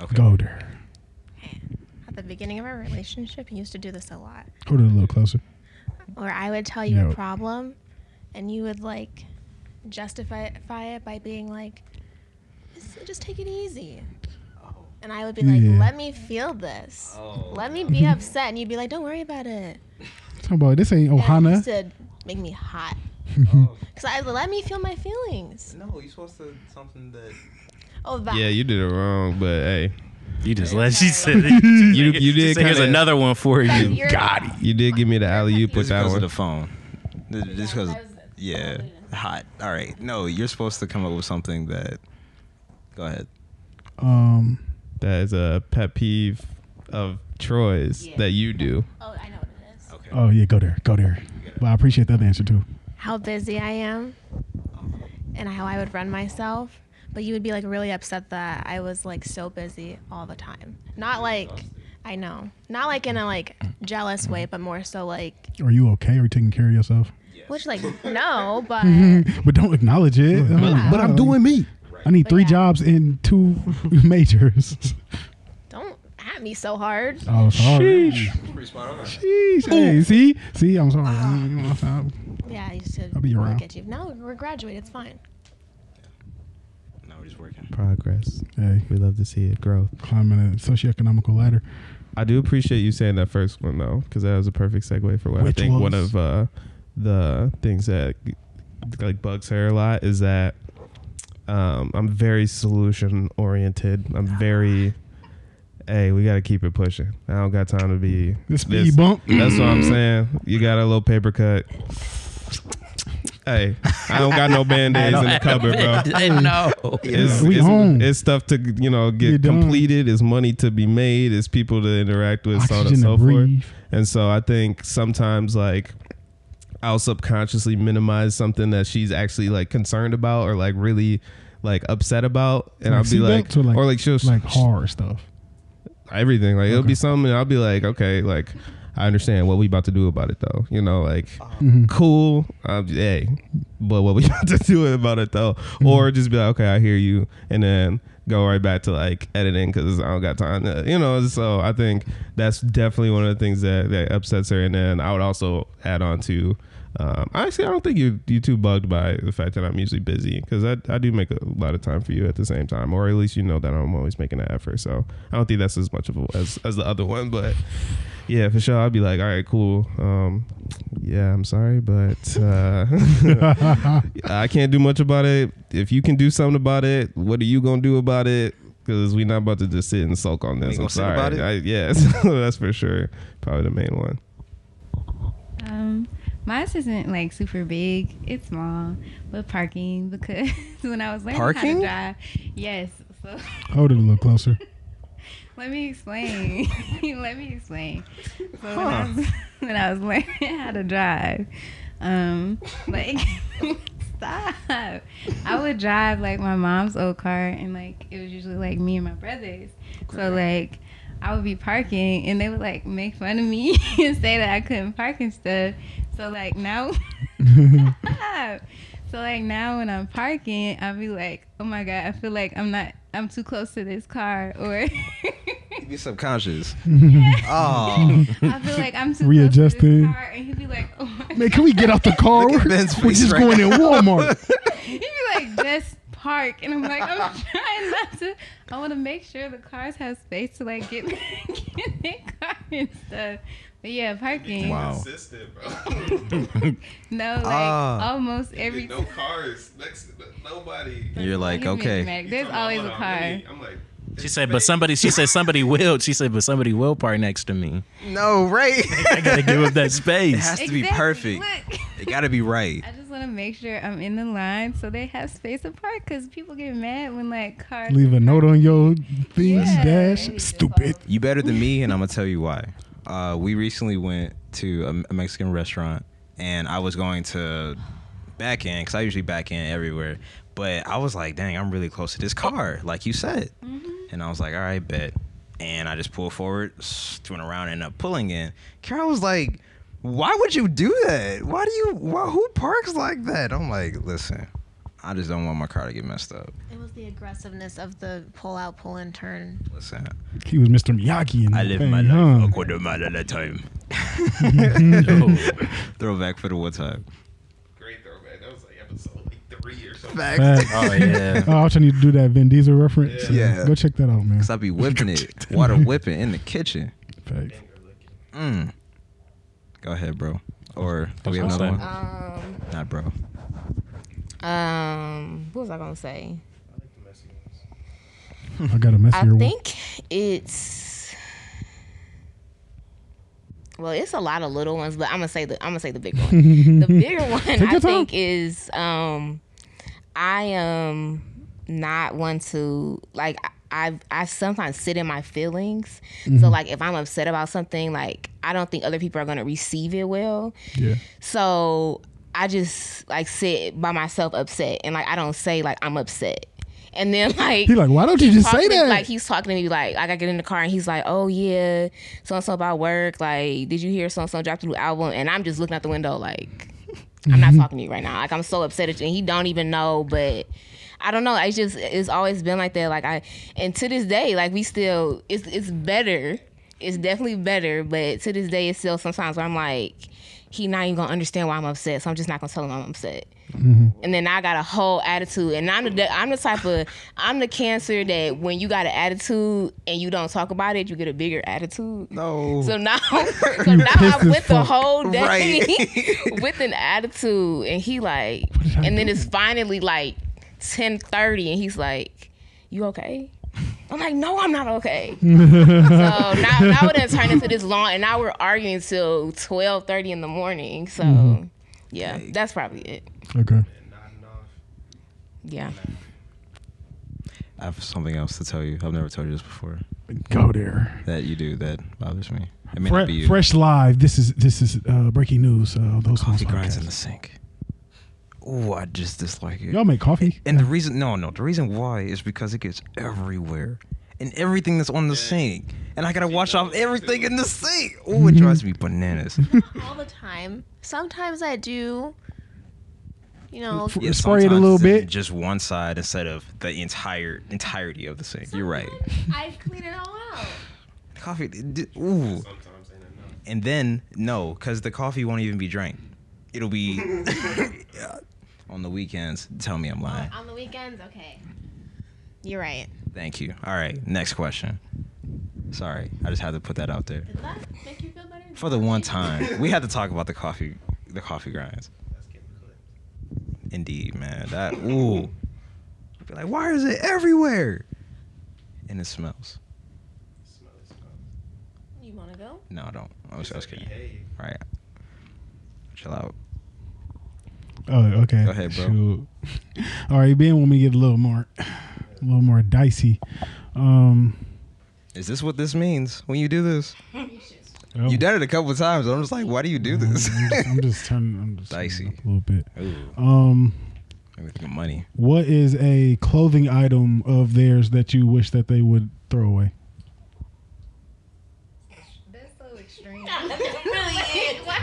D: Okay.
B: Golder.
F: At the beginning of our relationship, he used to do this a lot.
B: Hold it a little closer.
F: Or I would tell you
B: Yeah.
F: a problem, and you would like justify it by being like, "It's- "Just take it easy." And I would be like,
B: Yeah.
F: "Let me feel this.
D: Oh,
F: Let me be upset." And you'd be like, "Don't worry about it."
B: Talking about this ain't
F: And it used
B: Ohana.
F: to make me hot. Cause I let me feel my feelings.
D: No, you're supposed to something that.
F: Oh, that.
C: Yeah, you did it wrong, but hey,
A: You just let she said
C: you you did
A: here's
C: kinda-
A: another one for you.
F: You're-
C: You did give me the alley oop
D: Just
C: with that
D: because of
C: one.
D: the phone. Just because. Yeah. Hot. All right. No, you're supposed to come up with something that. Go ahead.
B: Um,
C: That is a pet peeve of Troy's that you do.
F: Oh, I know what it is.
D: Okay.
B: oh yeah, go there, go there. But I appreciate that answer too.
F: how busy I am and how I would run myself. But you would be like really upset that I was like so busy all the time. Not like I know, not like in a like jealous way, but more so like,
B: Are you okay? Are you taking care of yourself?
F: which like no, but
B: But don't acknowledge it. Mm-hmm. But I'm doing me. I need
F: But
B: three
F: yeah.
B: jobs and two majors.
F: don't at me so hard.
B: Oh, sorry.
D: Pretty spot on.
B: Sheesh. Hey, see, see, I'm sorry. Ah.
F: Yeah, you just said
B: I'll be
F: "We'll
B: around."
F: Get you. No, we're graduated. It's fine.
D: No, we're just working.
C: Progress.
B: Hey,
C: We love to see it growth.
B: climbing a socioeconomical ladder.
C: I do appreciate you saying that first one though, because that was a perfect segue for what
B: Which
C: I think one
B: was?
C: of uh, the things that like bugs her a lot is that um, I'm very solution oriented. I'm very hey, we got to keep it pushing. I don't got time to be
B: This speed bump.
C: That's what I'm saying. You got a little paper cut. Hey, I don't got no band aids in the cupboard, bro.
A: no.
C: It's,
B: We
C: it's,
B: home.
C: it's stuff to you know
B: Get
C: get
B: done.
C: completed. It's money to be made. It's people to interact with, so on and
B: Oxygen to
C: so forth.
B: breathe.
C: And so I think sometimes like I'll subconsciously minimize something that she's actually like concerned about or like really like upset about, and
B: Like
C: I'll be
B: seatbelts
C: like,
B: or like-
C: or like she'll
B: Like horror stuff.
C: everything. Like it'll
B: Okay.
C: be something. and I'll be like, okay, like I understand what we about to do about it though. You know, like
B: Mhm.
C: cool. Um, hey, but what we about to do about it though? Or just be like, okay, I hear you, and then go right back to like editing because I don't got time. To, you know, so I think that's definitely one of the things that that upsets her. And then I would also add on to. Um, actually, I don't think you you too bugged by the fact that I'm usually busy because I, I do make a lot of time for you at the same time, or at least you know that I'm always making an effort. So I don't think that's as much of a, as as the other one, but yeah, for sure. I'd be like, all right, cool. Um, yeah, I'm sorry, but uh, I can't do much about it. If you can do something about it, what are you gonna do about it? Because we're not about to just sit and sulk on this.
D: ain't
C: I'm
D: gonna sit
C: sorry.
D: about it?
C: I, yeah, so that's for sure. Probably the main one.
G: Um, mine isn't like super big. It's small, but parking because when I was learning
D: Parking?
G: how to drive, yes. So
B: Hold it a little closer.
G: let me explain. let me explain. So when, I was, when I was learning how to drive, um, like stop. I would drive like my mom's old car, and like it was usually like me and my brothers. So like I would be parking, and they would like make fun of me and say that I couldn't park and stuff. So like now. Stop. So like now when I'm parking, I'll be like, oh my god, I feel like I'm not, I'm too close to this car, or
D: You be subconscious.
B: Man,
D: Oh,
G: I feel like I'm too close to
B: Readjusting.
G: this car, and he'd be like, oh my
B: can we get out the car?
D: Look at
B: We're,
D: Ben's
B: we're
D: face
B: just
D: right
B: going in Walmart.
G: he'd be like, just park, and I'm like, I'm trying not to, I want to make sure the cars have space to like get, get in their car and stuff. But yeah, parking.
D: wow.
G: No, like
D: Ah.
G: almost every.
C: cars next. Nobody.
D: You're like,
G: Don't get me
D: okay.
G: dramatic. There's always a car.
C: I'm like.
A: She said, but somebody. She said somebody will. She said, but somebody will park next to me.
D: No, right?
A: I gotta give up that
D: It
A: space.
D: has to be
G: Exactly,
D: perfect.
G: look.
D: It gotta be right.
G: I just want to make sure I'm in the line so they have space apart because people get mad when like cars.
B: Leave a note on your things
G: Yeah.
B: dash. Stupid.
D: You better than me, and I'm gonna tell you why. Uh, we recently went to a, a Mexican restaurant, and I was going to back in because I usually back in everywhere. But I was like, dang, I'm really close to this car, like you said. And I was like, all right, bet. And I just pulled forward, s- went around, and ended up pulling in. Carol was like, why would you do that? Why do you? Why, who parks like that? I'm like, listen, I just don't want my car to get messed up.
F: It was the aggressiveness of the pull out, pull in, turn.
D: Listen,
B: He was Mr. Miyagi. In
D: I
B: that
D: live
B: thing,
D: my life
B: huh?
D: a quarter mile at a time. Throwback for the one time.
C: Great throwback. That was like episode like three or something.
D: Facts.
B: Facts.
A: yeah.
B: Oh, I was trying to do that Vin Diesel reference.
D: Yeah.
B: Go check that out, man.
D: Cause I be whipping it, water whipping in the kitchen.
B: Facts.
D: Mm. Go ahead, bro. Or do we have
A: That's
D: another
A: what
D: one?
H: Um,
D: Not bro.
H: um, what was I gonna say?
B: I got a
H: I
B: messier one.
H: think it's well, it's a lot of little ones, but I'm gonna say the I'm gonna say the big one. the bigger one I
B: your time.
H: think is um I am not one to like I I, I sometimes sit in my feelings.
B: Mm-hmm.
H: So like if I'm upset about something, like I don't think other people are gonna receive it well.
B: Yeah.
H: So I just like sit by myself upset and like I don't say like I'm upset. And then like
B: He like, why don't you just
H: talking
B: say
H: to-
B: that?
H: Like he's talking to me, like, like I get in the car and he's like, "Oh yeah, so and so about work. Like, did you hear so and so dropped a new album?" And I'm just looking out the window, like, I'm not talking to you right now. Like, I'm so upset at you, and he don't even know. But I don't know. It's just it's always been like that. Like I and to this day, like we still it's it's better. It's definitely better, but to this day, it's still sometimes where I'm like, he not even gonna understand why I'm upset, so I'm just not gonna tell him I'm upset. And then I got a whole attitude, and I'm the de- I'm the type of I'm the cancer that when you got an attitude and you don't talk about it, you get a bigger attitude.
D: No.
H: So now, so now
B: pissed
H: I'm
B: as
H: with the
B: fuck.
H: whole day
D: Right.
H: with an attitude, and he like,
B: did I
H: and then
B: do?
H: it's finally like ten thirty, and he's like, "You okay?" I'm like, "No, I'm not okay." so now, now it done turned into this long, and now we're arguing till twelve thirty in the morning. So
B: Mm-hmm.
H: yeah, that's probably it.
B: Okay.
H: Yeah,
D: I have something else to tell you. I've never told you this before.
B: Go there.
D: That you do that bothers me. I mean,
B: Fre-
D: be you.
B: fresh live. This is this is uh, breaking news. Uh, those
D: coffee
B: Homes
D: grinds in
B: podcast.
D: the sink. Ooh, I just dislike it.
B: Y'all make coffee.
D: And the reason, no, no, the reason why is because it gets everywhere and everything that's on the sink. And I gotta wash off everything in the sink. Oh, it drives me bananas.
F: all the time. Sometimes I do. You know,
B: F- spray it a
D: sometimes
B: little
D: it's
B: bit.
D: Just one side instead of the entire entirety of the sink. You're right.
G: I clean it all out.
D: Coffee. d- d- Ooh. And then no, because the coffee won't even be drank. It'll be on the weekends. Tell me I'm lying.
G: On the weekends, okay.
F: you're right.
D: Thank you. All right, next question. Sorry, I just had to put that out there.
G: Did that make you feel better?
D: For the one time, we had to talk about the coffee, the coffee grinds. Indeed, man. That ooh, I'd be like, why is it everywhere? And it smells.
F: You want to go?
D: No, I don't. I was, I was kidding. All right, chill out.
B: Oh, okay.
D: Go ahead, bro.
B: Shoot. All right, Ben, want me to get a little more, a little more dicey. Um,
D: Is this what this means when you do this? You done it a couple of times. I'm just like, why do you do this?
B: I'm just, I'm just turning. I'm just turning
D: Dicey.
B: it up a little bit.
D: Ooh,
B: Um,
D: let me think of money.
B: what is a clothing item of theirs that you wish that they would throw away?
G: That's so extreme.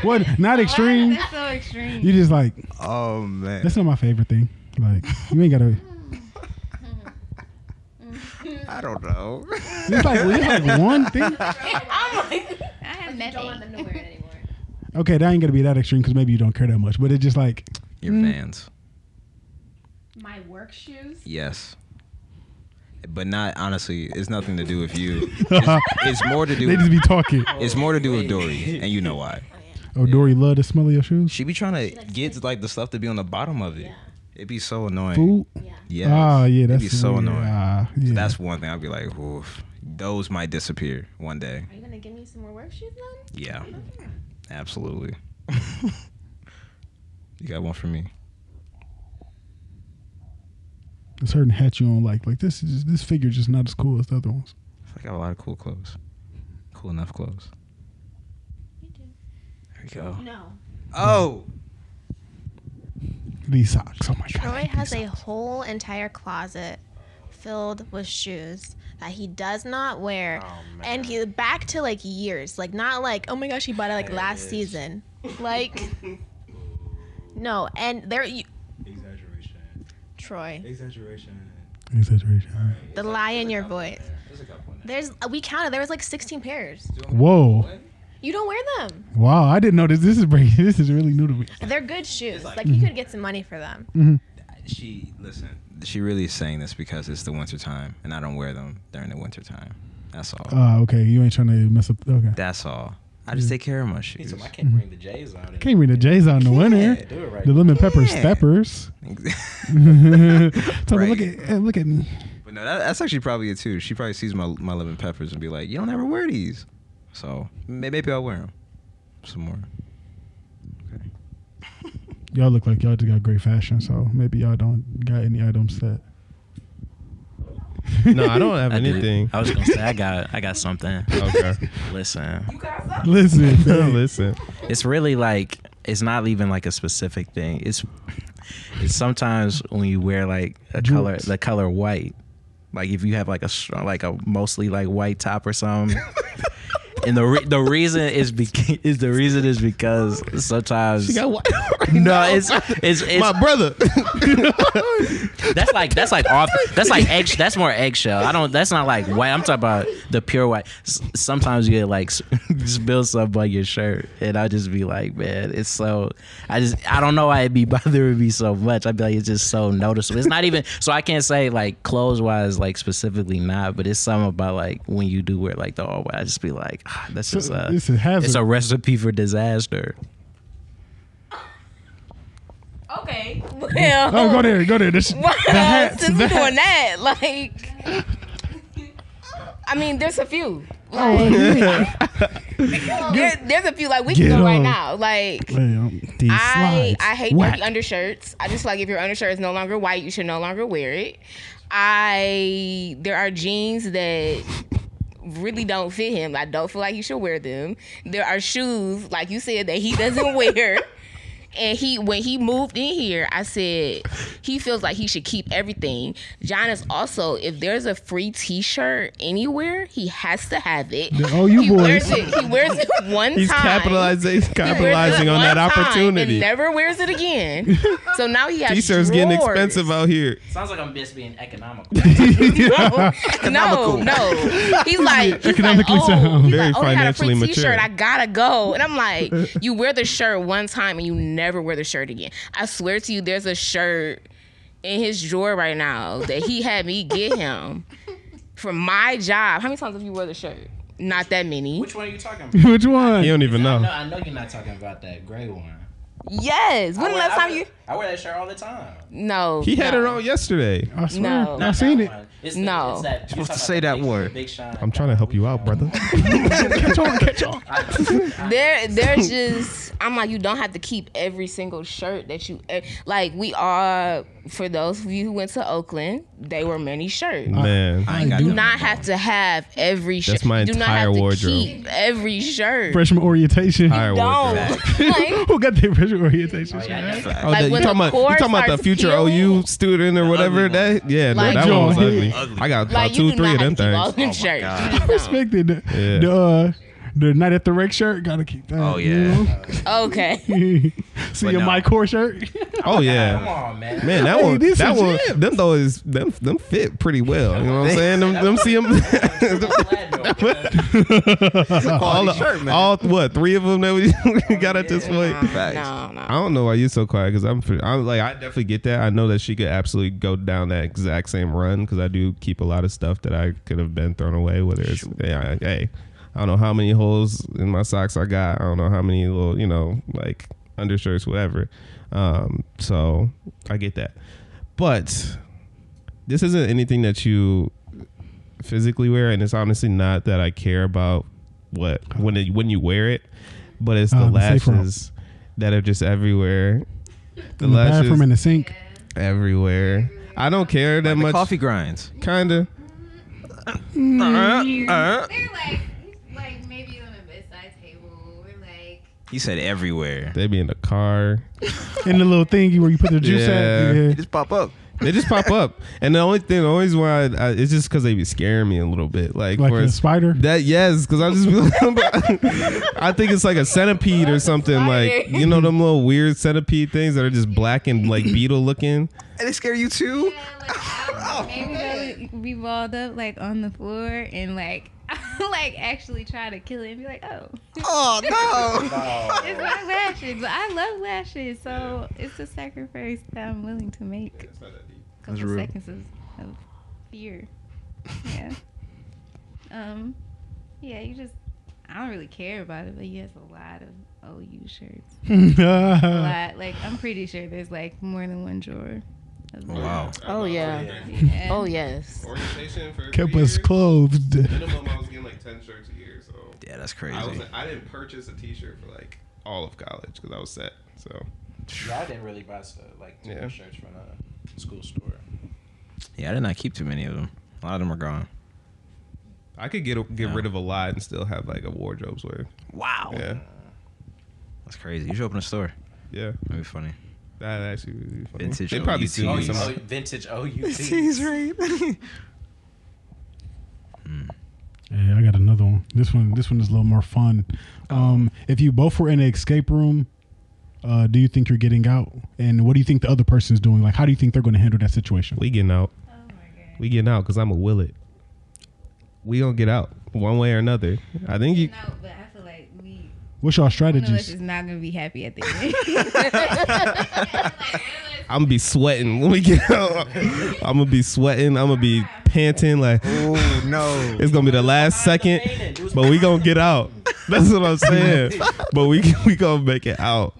B: What? Not extreme.
G: That's so extreme.
B: You just like
D: Oh man.
B: that's not my favorite thing. Like you ain't gotta.
D: I don't know.
B: It's like, it's like one thing.
G: I have nothing. don't want them to wear it anymore.
B: Okay, that ain't gonna be that extreme because maybe you don't care that much. But it's just like
D: Your fans.
G: My work shoes.
D: Yes. But not honestly, it's nothing to do with you. It's, it's more to do
B: they just be talking.
D: it's more to do with Dory, and you know why.
B: Oh, Dory love the smell of your shoes.
D: She be trying to get like the stuff to be on the bottom of it. It'd be so annoying.
B: Food.
D: Yes.
B: Ah, yeah, that's
D: It'd be so
B: weird.
D: annoying.
B: Ah,
D: So
B: yeah.
D: that's one thing I'd be like, oof. Those might disappear one day.
F: Are you going to give me some more work shoes then?
D: Yeah.
F: Mm-hmm.
D: Absolutely. you got one for me.
B: a certain hat you don't like. Like this is this figure just not as cool as the other ones.
D: I got a lot of cool clothes. Cool enough clothes. There we go.
G: No.
D: Oh,
B: These socks. Oh my god. I
F: Troy
B: hate
F: has
B: these
F: a whole entire closet filled with shoes that he does not wear. and he back to like years. Like not like, oh my gosh, he bought it like last season. Like No, and there you
I: Exaggeration.
F: Troy,
I: Exaggeration.
B: socks. exaggeration.
F: the lie in your voice. There's uh, we counted, there was like sixteen pairs.
B: Whoa!
F: You don't wear them.
B: Wow, I didn't know this. This is breaking. This is really new to me.
F: They're good shoes. Like you could get some money for them.
D: she listen. She really is saying this because it's the winter time, and I don't wear them during the winter time. That's all.
B: Ah, okay. You ain't trying to mess up. Okay.
D: That's all. I just take care of my shoes.
E: I can't bring the J's out.
B: Can't read the J's out in the winter.
E: do it right.
B: The lemon pepper
D: Yeah.
B: steppers. So
D: Right.
B: look at eh, look at me.
D: but no, that, that's actually probably it too. She probably sees my my lemon peppers and be like, "You don't ever wear these," so may- maybe I'll wear them some more.
B: Y'all look like y'all just got great fashion. So maybe y'all don't got any items that.
C: No, I don't have
A: I did-
C: anything.
A: I was gonna say I got I got something.
C: Okay.
A: Listen,
B: Listen,
C: Listen.
A: it's really like it's not even like a specific thing. It's it's sometimes when you wear like a color
B: Jorts.
A: the color white, like if you have like a str- like a mostly like white top or something, and the re- the reason is because is the reason is because sometimes
C: She got white.
A: no, it's it's, it's
C: My brother.
A: that's like that's like off that's like egg that's more eggshell. I don't that's not like white. I'm talking about the pure white. S- sometimes you get like spill something on your shirt, and I just be like, man, it's so. I just I don't know why it be bothering me so much. I'd be like, it's just so noticeable. It's not even so I can't say like clothes wise like specifically not, but it's something about like when you do wear like the all white. I just be like, ah, that's just a
B: It's a hazard.
A: it's a recipe for disaster.
H: Okay. Well.
B: oh, go there, go there. This,
H: Well,
B: the hats,
H: since
B: the
H: we're doing
B: hats.
H: that, like, I mean, there's a few.
B: Oh, yeah.
H: There, there's a few. Like, we can
B: Get
H: go right
B: on.
H: now. Like,
B: Damn, these
H: I
B: slides.
H: I hate
B: Whack.
H: dirty undershirts. I just feel like if your undershirt is no longer white, you should no longer wear it. I there are jeans that really don't fit him. I don't feel like he should wear them. There are shoes, like you said, that he doesn't wear. And he when he moved in here, I said he feels like he should keep everything. John is also if there's a free T-shirt anywhere, he has to have it.
B: The OU
H: he
B: boys.
H: wears it. He wears it one
C: He's
H: time.
C: capitalizing,
H: He wears it
C: capitalizing on
H: one
C: that
H: time
C: opportunity.
H: and never wears it again. so now he has
C: T-shirts getting expensive out here.
A: Sounds like I'm just being economical.
H: no, no. He's like, he's like,
B: Economically
H: oh,
B: sound.
H: he's
C: Very
H: like, oh, I got a free
C: financially
H: T-shirt.
C: mature.
H: I gotta go. And I'm like, you wear the shirt one time and you never wear the shirt again. I swear to you, there's a shirt in his drawer right now that he had me get him from my job. How many times have you wore the shirt? Not that many.
A: Which one are you talking about?
B: Which one?
C: You don't even
A: No,
C: know.
A: I know you're not talking about that gray one.
H: Yes. When the last time you?
A: I wear that shirt all the time.
H: No.
C: He had
H: no. Oh,
C: it on yesterday.
B: I swear.
H: No.
B: I seen it.
A: It's
H: No.
A: it's that,
D: Supposed to say that word.
C: I'm trying to help you out, brother.
B: catch on, catch on.
H: There, there's just I'm like you don't have to keep every single shirt that you e- like. We are for those of you who went to Oakland, they were many shirts.
C: Man,
D: I ain't got
H: Do
D: nothing.
H: not have to have every shirt.
C: Uh, That's my
H: you do not
C: entire
H: have to
C: wardrobe.
H: keep every shirt.
B: Freshman orientation.
C: Hire
H: Don't
C: worker.
H: like,
B: Who got their freshman orientation? shirt?
C: Oh,
H: Like,
C: that- you
H: when
C: talking
H: the
C: about you
H: cord
C: talking about the
H: starts
C: future
H: peeling.
C: OU student or whatever?
D: ugly
C: That yeah, no,
H: Like-
C: that one was
B: Yo.
C: ugly. I got
H: like
C: about
H: you
C: two,
H: do
C: three
H: not
C: of them
H: have to keep all
C: things.
H: them shirts.
B: I respected the,
C: Yeah.
B: the uh the night at the rec shirt. Gotta keep that.
D: Oh,
B: you
D: yeah.
B: know?
H: Okay.
B: See
D: But
B: your
D: no.
B: my core shirt.
C: Oh yeah,
A: on, man.
C: man, that
B: Hey,
C: one,
B: this
C: that
B: is
C: one,
B: it.
C: them though is them them fit pretty well. You know what I'm saying? Them, them see them. all, the-
D: shirt, man.
C: all what three of them that we got at this point.
D: Facts.
H: No,
C: I
H: no.
C: don't know why you're so quiet because I'm, fi- I'm like I definitely get that. I know that she could absolutely go down that exact same run because I do keep a lot of stuff that I could have been thrown away. Whether it's yeah, I- hey, I don't know how many holes in my socks I got. I don't know how many little you know like undershirts, whatever. Um, so I get that, but this isn't anything that you physically wear, and it's honestly not that I care about what when it, when you wear it, but it's the
B: Uh, the safe room.
C: lashes that are just everywhere. The
B: In the
C: lashes
B: bathroom and the sink.
C: everywhere. I don't care that
D: The
C: much.
D: coffee grinds.
C: Kinda.
G: They're like, like maybe on a bedside table or like.
D: He said everywhere.
C: They be in the car.
B: In the little thingy where you put the juice
C: Yeah.
B: at. Yeah.
D: They just pop up.
C: They just pop up, and the only thing, the only reason why I, I, it's just because they be scaring me a little bit. Like,
B: Like
C: for
B: a
C: us-
B: spider.
C: That yes, because I just be like- I think it's like a centipede or something. Like you know them little weird centipede things that are just black and like beetle
D: And
C: looking.
D: they scare you too?
G: Maybe they would be balled up like on the floor and like like actually try to kill it and be like, oh,
D: Oh, no.
G: it's my lashes. But I love lashes, so it's a sacrifice that I'm willing to make. A couple
D: real.
G: seconds of, of fear. Yeah. um. Yeah, you just. I don't really care about it, but he has a lot of OU shirts. A
B: Uh.
G: lot. Like I'm pretty sure there's like more than one drawer. of them.
D: Wow.
H: Oh yeah.
G: Yeah.
H: Oh yes.
C: Orientation for
B: Kept us clothed.
C: Minimum, I was getting like ten shirts a year, so
D: Yeah, that's crazy.
C: I was I didn't purchase a T-shirt for like all of college because I was set. So
A: I didn't really buy stuff like
C: Yeah.
A: shirts from a school store.
D: yeah, I did not keep too many of them. A lot of them are gone.
C: I could get get
D: Yeah.
C: rid of a lot and still have like a wardrobe's worth.
D: Wow.
C: Yeah,
D: That's crazy. You should open a store.
C: yeah,
D: That'd be funny.
C: that actually would be funny.
D: Vintage
C: They probably
D: OUTs.
C: see me
D: Oh,
C: somewhere.
A: vintage OUT.
D: right.
B: Yeah, I got another one. This one, this one is a little more fun.
C: Oh.
B: Um, if you both were in an escape room, uh, do you think you're getting out? And what do you think the other person's doing? Like, how do you think they're going to handle that situation?
C: We getting out.
G: Oh
C: We getting out because I'm a will it. We gonna get out one way or another. I think you.
G: No, but I feel like we
B: What's y'all
G: one of us
B: strategies?
G: is not gonna be happy at the end.
C: I'm gonna be sweating when we get out. I'm gonna be sweating. I'm gonna be panting. Like
D: Oh no.
C: it's gonna be the last second, but we gonna get out. That's what I'm saying. but we we gonna make it out,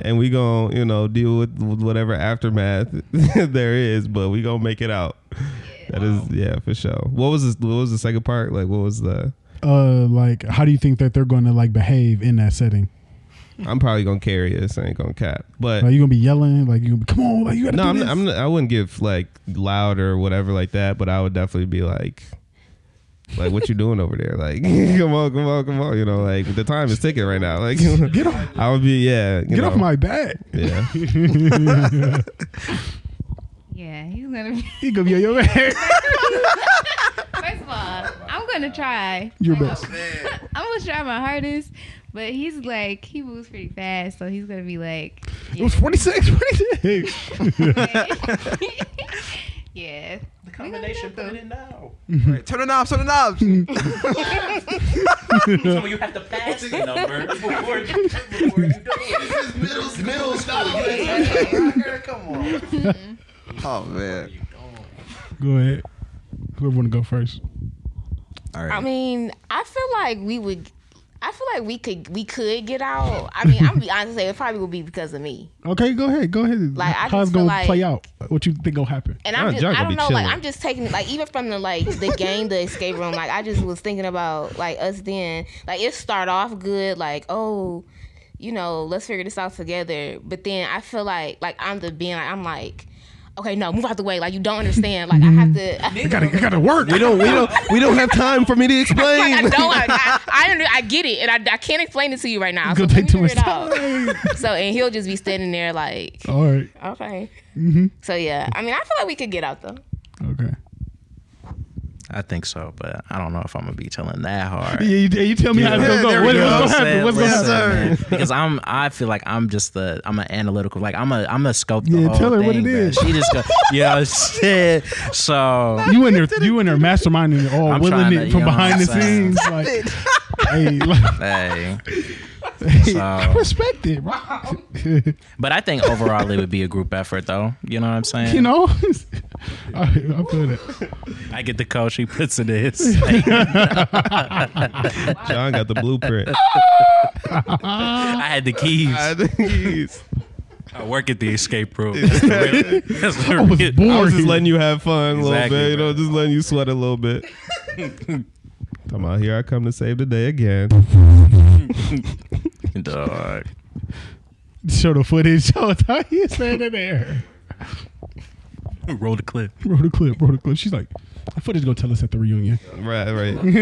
C: and we gonna you know deal with, with whatever aftermath there is. But we gonna make it out. That is yeah for sure. What was this, what was the second part? Like what was the?
B: Uh, like, how do you think that they're going to like behave in that setting?
C: I'm probably gonna carry this. I ain't gonna cap, but.
B: Like, you gonna be yelling? Like, you gonna be, come on? Like, you gotta
C: No,
B: do
C: I'm,
B: this.
C: I'm I wouldn't give like loud or whatever like that, but I would definitely be like, like what you doing over there? Like, come on, come on, come on. You know, like the time is ticking right now. Like,
B: get off,
C: I would be yeah. you
B: get off
C: know,
B: my back.
C: yeah.
G: yeah, he's gonna be
B: You gonna be on your back.
G: First of all, I'm gonna try.
B: Your best.
G: I'm gonna try my hardest, but he's like he moves pretty fast, so he's gonna be like,
B: It was 46, 46.
G: yeah. The
E: Combination, put it in now.
D: Right, turn the knobs, turn the knobs.
E: So you have to pass the number before you, before you do it.
D: middle school. Middle
E: Come on.
D: Oh man.
B: go ahead. Whoever wanna go first?
D: All right.
H: I mean, I feel like we would. I feel like we could we could get out. I mean, I'm gonna be honest, and say it probably would be because of me.
B: Okay, go ahead. Go ahead.
H: Like, I
B: How's
H: just feel
B: gonna
H: like-
B: play out? What you think gonna happen?
H: And
C: Y'all-
H: I'm just,
C: y'all
H: I
C: gonna be
H: don't know, like
C: chilling.
H: I'm just taking like even from the like the game, the escape room, like I just was thinking about like us then. Like it start off good, like, oh, you know, let's figure this out together. But then I feel like like I'm the being like I'm like, okay, no, move out the way. Like you don't understand. Like I have to
B: I gotta, I gotta work.
C: We don't we don't we don't have time for me to
H: like, I
C: explain.
H: don't I, I, I, under- I get it and I, I can't explain it to you right now.
B: It's
H: So
B: gonna take
H: let
B: too
H: me
B: much
H: figure it out.
B: time.
H: So and he'll just be standing there like,
B: All right.
H: okay. So yeah, I mean, I feel like we could get out though.
B: Okay.
A: I think so, but I don't know if I'm gonna be telling that hard.
B: Yeah, you, you tell me how it's gonna
D: Yeah, there
B: go.
D: we
B: What-
D: go.
B: what's gonna happen? What's gonna
A: Listen,
B: happen?
A: man, because I'm, I feel like I'm just the, I'm an analytical, like I'm a, I'm the scope. The
B: Yeah,
A: whole
B: tell her what
A: thing,
B: it
A: bruh.
B: is.
A: She just go, yo, shit. So
B: You in there, you in there masterminding it, all
A: I'm
B: willing
A: trying to-
B: it
A: you
B: from
A: know what
B: behind the
A: I'm saying?
B: scenes. Like, hey, like,
A: hey.
B: hey,
A: So-
B: I respect it, bro.
A: But I think overall it would be a group effort, though. You know what I'm saying?
B: you know, I, I feel it.
A: I get the call she puts in his. Like,
C: John got the blueprint.
A: I had the keys.
C: I was
A: I work at the escape room. That's the real, that's the
B: I was
A: real-
B: born.
C: just letting you have fun a little
A: Exactly,
C: bit, you know,
A: bro.
C: just letting you sweat a little bit. Come out here I come to save the day again.
A: Dog.
B: show the footage. Show us how he is standing there.
A: Roll the clip.
B: Roll the clip. Roll the clip. She's like, the footage gonna tell us at the reunion.
C: Right, right.
F: I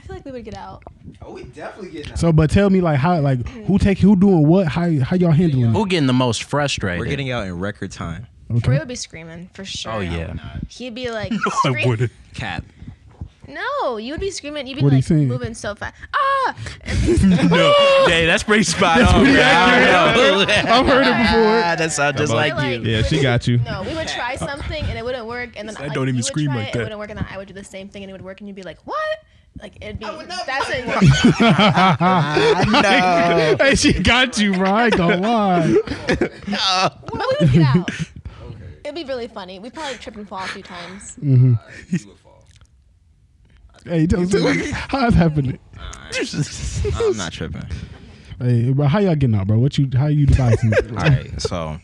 F: feel like we would get out.
D: Oh, we definitely getting out.
B: So, but tell me like how like who take who doing what? How how y'all handling? it?
A: Who getting the most frustrated?
D: We're getting out in record time.
F: Roy
B: Okay.
F: would be screaming for sure.
A: Oh yeah.
F: He'd be like,
A: I
F: scream-
A: would.
D: Cap.
F: no, you would be screaming. You'd be
B: What are you
F: like
B: saying?
F: moving so fast. Ah,
A: No. Hey, that's pretty spot on. bro. I don't know.
B: I've heard it before.
A: Ah, That sound just
C: Come on.
A: like
F: We're
A: you.
F: like-
C: Yeah, she got you.
F: no, we would try something and it wouldn't work, and then
A: I don't even
F: you would
A: scream
F: try
A: like
F: it,
A: that.
F: It wouldn't work, and I would do the same thing, and it would work, and you'd be like, what? Like it'd be that's it.
B: hey, she got you, bro. I ain't gonna lie.
F: But we would get out. It'd be really funny. We probably trip and fall a few times.
B: Mm-hmm. Hey, tell tell me how's happening.
D: I'm not tripping.
B: Hey, bro, how y'all getting out, bro? What you? How you devising it?
D: All right, so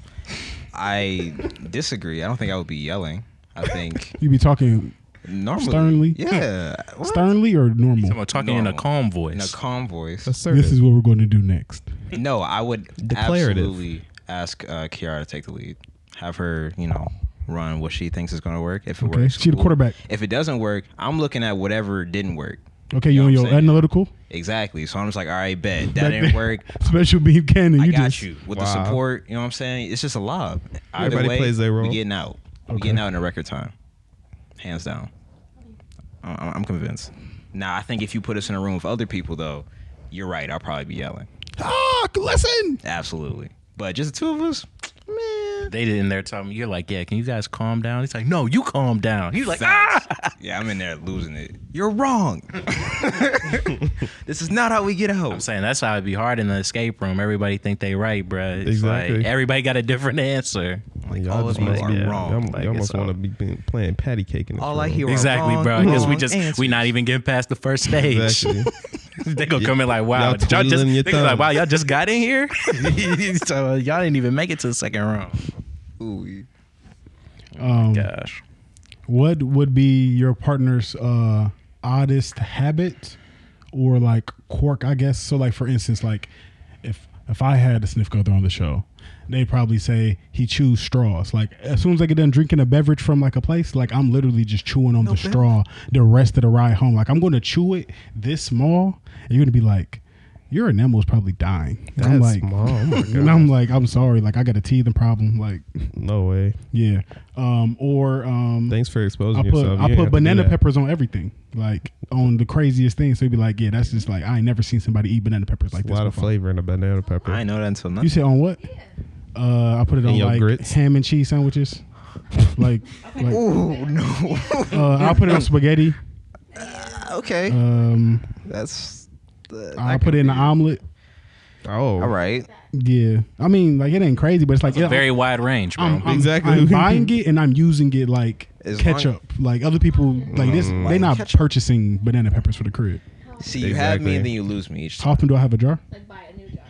D: I disagree. I don't think I would be yelling. I think
B: You be talking
D: normally.
B: Sternly?
D: Yeah. What?
B: sternly or normal?
A: I'm talking in a
D: Normal.
A: calm
D: In a
A: voice.
D: calm voice.
B: This is what we're going to do next.
D: No, I would
C: Declarative.
D: absolutely ask uh, Kiara to take the lead. Have her, you know, run what she thinks is going to work. If it
B: Okay,
D: works,
B: she the
D: cool.
B: quarterback.
D: If it doesn't work, I'm looking at whatever didn't work.
B: Okay, you
D: Know what
B: on your
D: I'm saying?
B: analytical
D: Exactly. So I'm just like, all right, bet that
B: Back
D: didn't
B: there.
D: work.
B: special beam cannon.
D: I
B: You
D: got
B: just,
D: you with
C: Wow.
D: the support. You know what I'm saying? It's just a lob. Either
C: Everybody
D: way,
C: plays their role.
D: We getting out. We
B: Okay.
D: getting out in a record time. hands down. I- I'm convinced. Now, I think if you put us in a room with other people, though, you're right. I'll probably be yelling.
C: Talk, listen.
D: Absolutely. But just the two of us, man.
E: They did in there talking. You're like, yeah, can you guys calm down? He's like, no, you calm down. He's like, ah!
D: Yeah, I'm in there losing it. You're wrong. this is not how we get
E: I'm
D: out.
E: saying that's how it'd be hard in the escape room. Everybody think they right, bruh. It's
C: Exactly.
E: like everybody got a different answer.
D: all of you are wrong.
C: Y'all,
E: Like,
C: y'all
E: it's
C: must want
E: all-
C: to be being- playing patty cake in this
D: All I
C: room.
D: hear are
E: exactly,
D: wrong,
E: bro. I guess we
D: wrong
E: just
D: answers.
E: we not even getting past the first stage.
C: Exactly.
E: they gonna come in like, wow,
C: Y'all
E: y'all, just
C: twiddling your
E: they gonna be like,
C: thumbs.
E: wow, y'all just got in here. so uh, y'all didn't even make it to the second round.
D: Ooh,
B: Um,
E: Gosh,
B: What would be your partner's uh, oddest habit or like quirk, I guess? So, like for instance, like if if I had a sniff go on the show, they'd probably say he chews straws. Like as soon as I get done drinking a beverage from like a place, like I'm literally just chewing on the straw the rest of the ride home. Like I'm going to chew it this small, and you're gonna be like, your enamel is probably dying. And I'm
C: That's
B: like,
C: small. Oh my
B: and I'm like, I'm sorry. Like I got a teething problem. Like
C: No way.
B: yeah, um, or um,
C: Thanks for exposing
B: I put
C: yourself. You
B: I
C: ain't have to
B: put
C: do
B: banana
C: that.
B: peppers on everything, like on the craziest things. So you'd be like, yeah, that's just like I ain't never seen somebody eat banana peppers like
C: A
B: this.
C: lot of
B: before.
C: flavor in a banana pepper.
D: I didn't know that until now.
B: You said on what? Uh, I put it on
C: your
B: like
C: grits?
B: ham and cheese sandwiches. like, like
D: Ooh, no.
B: uh, I'll put it on spaghetti.
D: Uh, okay.
B: Um,
D: That's. that-
B: I
D: that
B: put it in an omelet.
C: Oh,
D: All right.
B: Yeah, I mean, like it ain't crazy, but it's like yeah,
E: very wide range, bro.
B: I'm, I'm,
C: Exactly.
B: I'm buying it and I'm using it like
D: As long-
B: ketchup. like other people, like this,
C: Mm.
B: they not
D: Ketchup.
B: purchasing banana peppers for the crib.
D: See, you have me,
C: Exactly.
D: then you lose me each time.
B: How often do I have a jar?
G: Like buy a new jar.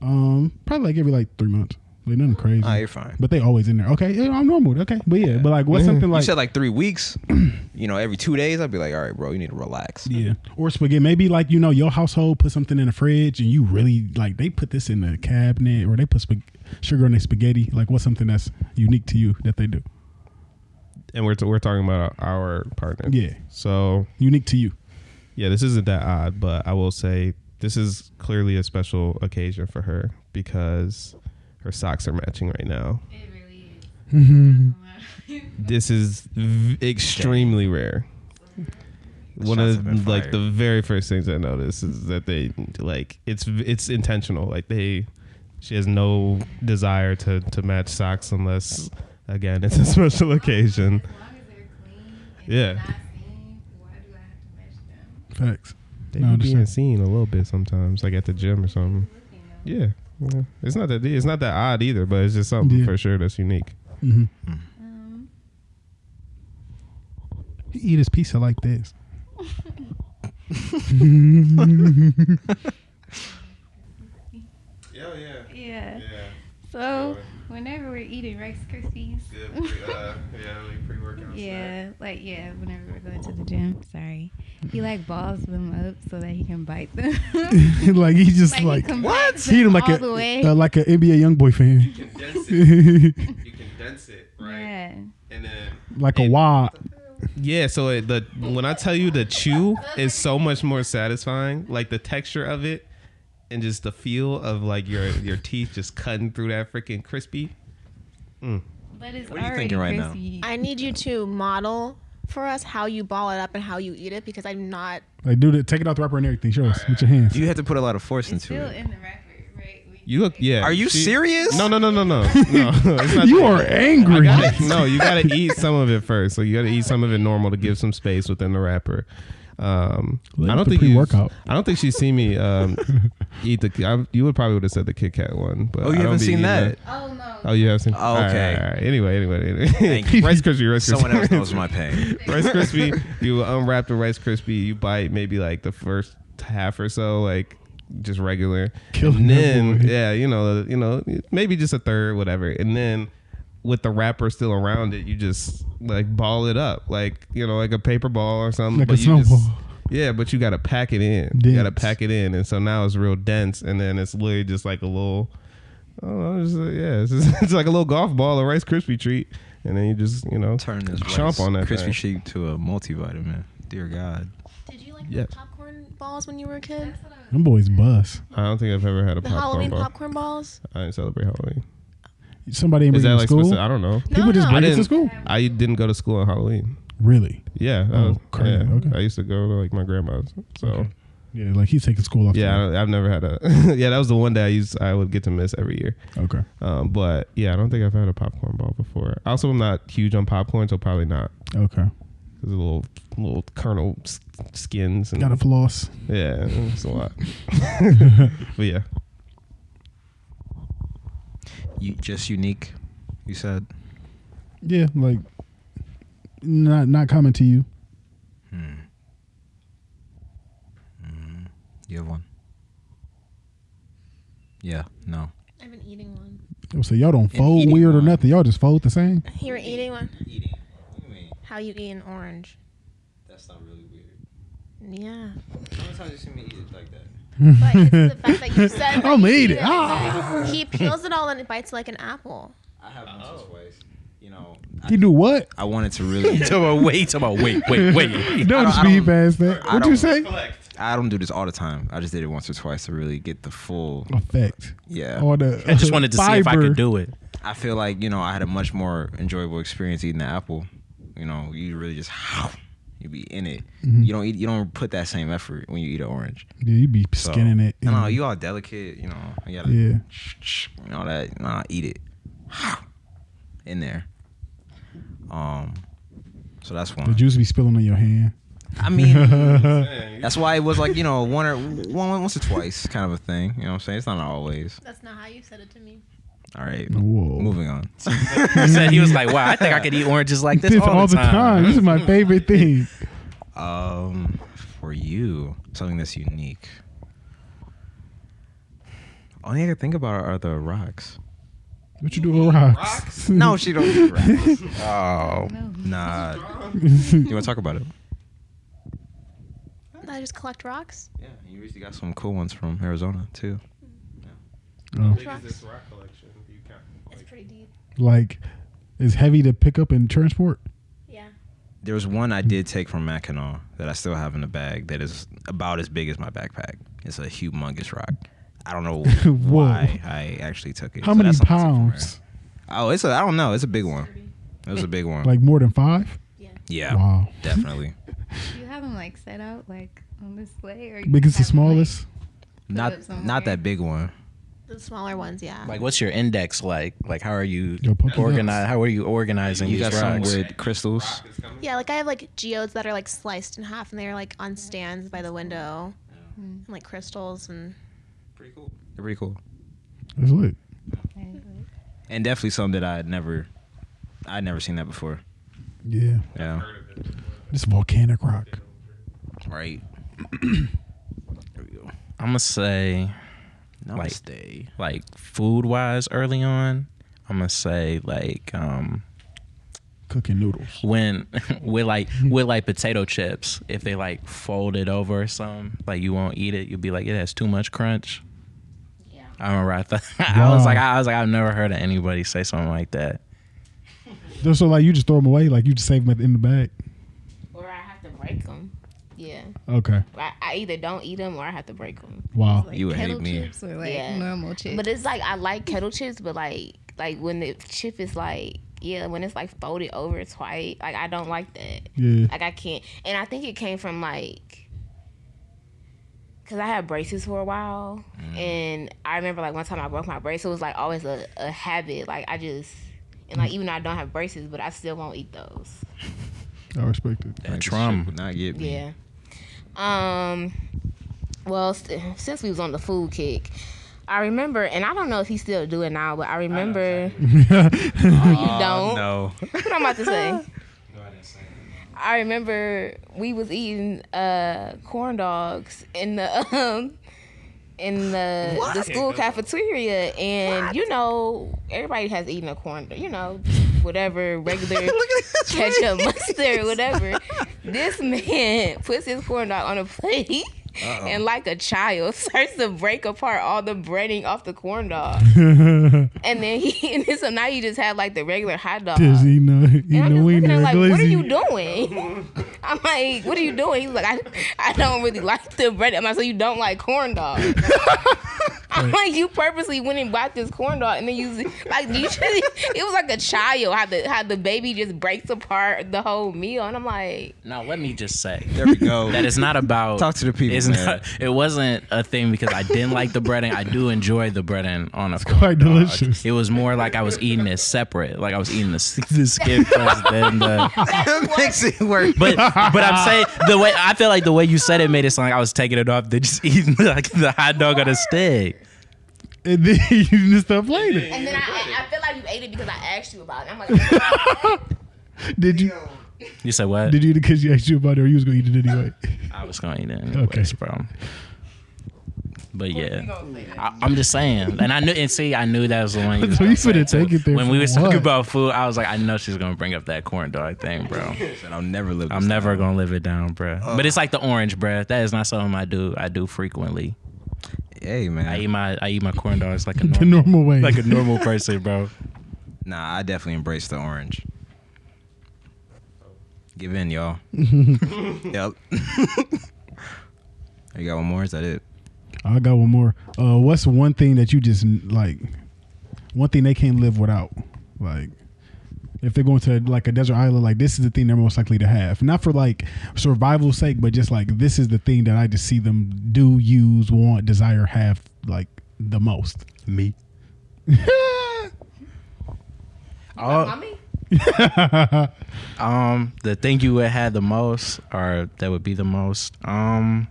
B: Um, probably like every like three months. Like nothing crazy.
D: Ah, you're fine.
B: But they always in there. Okay, yeah, I'm normal. Okay, but yeah, but like what's something
D: you
B: like
D: said like three weeks. you know, every two days, I'd be like, all right, bro, you need to relax.
B: yeah, or spaghetti. Maybe like you know your household put something in the fridge and you really like they put this in the cabinet or they put spag- sugar in their spaghetti. Like what's something that's unique to you that they do?
C: and we're, we're talking about our partner.
B: Yeah.
C: So
B: Unique to you.
C: yeah, this isn't that odd, but I will say this is clearly a special occasion for her because her socks are matching right now.
G: It really is. Mm-hmm.
C: This is v- extremely rare. One
E: shots
C: of
E: have been
C: like
E: fired.
C: the very first things I noticed is that they like it's it's intentional. Like they, she has no desire to to match socks unless again it's a special occasion.
G: As long as they're clean and
C: Yeah.
G: they're not seen, why do I have to match them?
B: Facts.
C: They
B: No, I
C: be being
B: understand.
C: seen a little bit sometimes, like at the gym or something. Yeah, yeah. it's not that it's not that odd either, but it's just something
B: Yeah.
C: for sure that's unique.
B: Mm-hmm.
G: Um,
B: He eat his pizza like this.
C: Yeah, yeah,
G: yeah.
C: yeah.
G: So whenever we're eating Rice Krispies.
C: uh, yeah, like pre-workout.
G: Yeah, like yeah, whenever we're going to the gym. Sorry, he like balls them up so that he can bite them.
B: like he just
G: he
B: like,
G: combines them
B: he him like
G: all
B: a
G: the way.
B: uh, like an NBA young boy fan,
C: Condense You condense it,
G: yeah,
C: And then
B: like a wad.
C: yeah, so it, the when I tell you the chew is so much more satisfying, like the texture of it, and just the feel of like your your teeth just cutting through that freaking crispy.
G: but it's
D: What are you
G: already
D: thinking right now?
G: crispy.
F: I need you to model for us how you ball it up and how you eat it because I'm not.
B: Like do the take it out the wrapper and everything. Show us with your hands.
D: You have to put a lot of force
G: It's
D: into
G: still
D: it.
G: in the wrapper, right? When
C: You look, yeah.
D: Are you
C: she-
D: serious?
C: No, no, no, no, no, no. It's not
B: You are angry.
C: gotta- no, you gotta eat some of it first. So you gotta eat some of it normal to give some space within the wrapper. Um,
B: Look
C: I
B: at
C: don't
B: the
C: think you-
B: pre-workout.
C: I don't think she's seen me um, eat the. I, you would probably would have said the Kit Kat one, but
D: Oh, you
C: I don't
D: haven't
C: be
D: seen
C: eating
D: that?
G: Oh no.
C: Oh, you have seen.
D: Oh,
C: All right,
D: okay.
C: all right, all right. Anyway, anyway, anyway.
D: Thank you.
C: Rice Krispie, Rice Krispie.
D: Someone else knows my pain.
C: Rice Krispie. You unwrap the Rice Krispie. You bite maybe like the first half or so, like just regular.
B: Killing
C: and
B: that
C: then
B: boy.
C: yeah, you know, you know, maybe just a third, whatever. And then with the wrapper still around it, you just like ball it up, like you know, like a paper ball or something.
B: Like a
C: but you just-
B: snowball.
C: yeah, but you gotta pack it in. You
B: Dense.
C: gotta pack it in, and so now it's real dense, and then it's literally just like a little. I don't know, just, uh, yeah, it's, just, it's like a little golf ball, a Rice Krispie treat, and then you just you know
D: Turn this
C: chomp on that
D: crispy
C: thing.
D: sheep to a multivitamin. Dear God.
F: Did you like
C: Yeah.
F: popcorn balls when you were a kid?
B: Them boys bust.
C: I don't think I've ever had a
F: The
C: popcorn
F: Halloween
C: ball.
F: popcorn balls?
C: I didn't celebrate Halloween.
B: Somebody in
C: Is that
B: like
C: like
B: school.
C: specific? I don't know.
F: No,
B: People just
F: no.
B: bring
C: I
B: it to
C: didn't-
B: school.
C: I didn't go to school on Halloween.
B: Really?
C: Yeah. that
B: Oh,
C: was-
B: crazy.
C: yeah.
B: Okay.
C: I used to go to like my grandma's. So
B: Yeah, like he's taking school off.
C: yeah, I, I've never had a. yeah, that was the one that I used. I would get to miss every year.
B: Okay.
C: Um, but yeah, I don't think I've had a popcorn ball before. Also, I'm not huge on popcorn, so probably not.
B: Okay.
C: There's a little little kernel s- skins and
B: Got a floss.
C: yeah, it's a lot. but yeah,
D: You just unique. You said.
B: Yeah, like not not coming to you.
D: You have one. Yeah. No.
F: I've been eating one.
B: So y'all don't fold
D: eating
B: weird or
D: one.
B: nothing. Y'all just fold the same.
F: You were eating one.
D: Eating. What do you mean?
F: How you eat an orange?
D: That's not really weird.
F: Yeah.
D: How many times you seen me eat it like that?
F: But it's the fact that you said that
B: I'm
F: you
B: eat it.
F: eat
B: Ah.
F: He peels it all and it bites like an apple.
D: I have once or twice. You know.
B: You do what?
D: I wanted to really.
A: about wait, talking about wait, wait, wait.
B: Don't
D: don't- I don't-
B: speed past that.
D: I
B: What you
D: don't-
B: say?
D: I don't do this all the time. I just did it once or twice to really get the full.
B: Oh. Effect.
D: Yeah.
B: Or the uh,
A: I just wanted to see if I could do it.
D: I feel like you know I had a much more enjoyable experience eating the apple. You know, you really just you be in it.
B: Mm-hmm.
D: You don't eat. You don't put that same effort when you eat an orange.
B: Yeah, you be
D: So,
B: skinning it.
D: No, you all delicate. You know, you gotta
B: Yeah.
D: and all that. Nah, eat it in there. Um, so that's
B: the
D: one.
B: juice be spilling on your hand.
D: I mean, that's why it was like you know one or one once or twice kind of a thing. You know what I'm saying? It's not always.
F: That's not how you said it to me.
D: All right,
B: Whoa.
D: moving on.
A: He said he was like, wow, I think I could eat oranges like this,
B: This all, the time. This is my favorite thing.
D: Um, for you, something that's unique. Only I can think about are the rocks.
B: What you do with rocks?
D: No, she don't. eat rocks. oh,
A: Mm-hmm.
G: No.
D: nah. you want to talk about it?
F: I just collect rocks.
D: Yeah, you recently got some cool ones from Arizona too.
B: Oh.
F: Rocks.
C: this rock collection? You count?
F: It's pretty deep.
B: Like, it's heavy to pick up and transport.
F: Yeah.
D: There was one I did take from Mackinac that I still have in a bag that is about as big as my backpack. It's a humongous rock. I don't know
B: Whoa.
D: why I actually took it.
B: How
D: So
B: many
D: that's something from
B: pounds?
D: Arizona. Oh, it's a. I don't know. It's a big one. It was a big one.
B: Like more than five?
D: yeah,
B: Wow.
D: definitely.
G: Do you have them like set out like on display or you
B: Biggest to
G: just have 'em, like,
B: smallest?
G: put
D: not
G: up somewhere?
D: not that big one.
F: The smaller ones, yeah.
A: Like, what's your index like? Like, how are you
B: Your Pokédex.
A: organized? How are you organizing
D: You
A: these
D: got some
A: rocks?
D: with crystals.
F: yeah, like I have like geodes that are like sliced in half and they're like on stands by the window. And like crystals and
D: Pretty cool. They're pretty cool.
B: That's lit.
D: And definitely some that I had never, I'd never seen that before.
B: Yeah.
D: Yeah.
B: This volcanic rock.
D: Right. there we go.
A: I'm gonna say, Like-
D: Namaste.
A: like, food wise, early on, I'm gonna say, like, um,
B: Cooking noodles.
A: when with like with like potato chips, if they like fold it over or something, like you won't eat it, you'll be like, it has too much crunch.
H: Yeah.
A: I remember I thought I was
B: Wow.
A: like I was like I've never heard of anybody say something like that.
B: Just so like you just throw them away, like you just save them at the, in the bag.
H: Or I have to break them. Yeah.
B: Okay.
H: I, I either don't eat them or I have to break them.
B: Wow.
G: Like
D: You would hate
G: kettle
D: me.
G: chips or like
H: Yeah.
G: normal chips.
H: But it's like I like kettle chips, but like like when the chip is like yeah, when it's like folded over twice, like I don't like that.
B: Yeah.
H: Like I can't, and I think it came from like, cause I had braces for a while, and I remember like one time I broke my brace. It was like always a, a habit. Like I just and like even though I don't have braces, but I still won't eat those.
B: I respect it.
A: That trauma.
D: Would not get me.
H: Yeah. Um. Well, st- since we was on the food kick, I remember, and I don't know if he still do it now, but I remember. you don't.
A: Oh.
D: No.
H: That's what I'm about to say. I remember we was eating uh, corn dogs in the um, in the the school cafeteria, and you know everybody has eaten a corn, dog, you know whatever regular ketchup, mustard, whatever. this man puts his corn dog on a plate. And like a child, starts to break apart all the breading off the corn dog, and then he and so now you just have like the regular hot dog.
B: Just eating a,
H: And I'm
B: eating a
H: just looking
B: wiener.
H: at him like,
B: glizzy.
H: what are you doing? I'm like, what are you doing? He's like, I, I don't really like the bread. I'm like, so you don't like corn dogs? I'm like, you purposely went and bought this corn dog, and then you like you. it was like a child how the how the baby just breaks apart the whole meal, and I'm like,
A: Now let me just say
D: There we go.
A: that it's not about
D: Talk to the people,
A: It's
D: man.
A: not, it wasn't a thing because I didn't like the breading. I do enjoy the breading on a it's
B: quite delicious.
A: It was more like I was eating it separate, like I was eating the, the skin first, then the.
D: That makes it work.
A: But but I'm saying the way I feel like the way you said it made it sound like I was taking it off, then just eating like the hot dog on a stick.
B: and then you missed up later.
H: and then I, I, I feel like you ate it because I asked you about it. I'm like,
B: Did you?
A: You said what?
B: Did you eat it because you asked you about it, or you was gonna eat it anyway?
A: I was gonna eat it
B: Okay.
A: anyways, bro. But yeah, I, I'm just saying, and I knew, and see, I knew that was the one. You
B: So you
A: was gonna
B: finna
A: say,
B: take
A: too.
B: it there
A: when
B: for
A: we was
B: what?
A: talking about food. I was like, I know she's gonna bring up that corn dog thing, bro.
D: And I'll never live.
A: I'm
D: this
A: never gonna live it down, bro. But it's like the orange, bro. That is not something I do. I do frequently.
D: down. Hey man.
A: I eat my I eat my corn dogs like a
B: The
A: normal,
B: normal way.
A: like a normal person, bro.
D: Nah, I definitely embrace the orange. Give in, y'all. yep. you got one more? Is that it?
B: I got one more. Uh, what's one thing that you just like? One thing they can't live without, like. If they're going to like a desert island, like this is the thing they're most likely to have. Not for like survival's sake, but just like this is the thing that I just see them do, use, want, desire, have like the most. Me.
H: mommy,
A: Um, the thing you would have the most, or that would be the most. Um,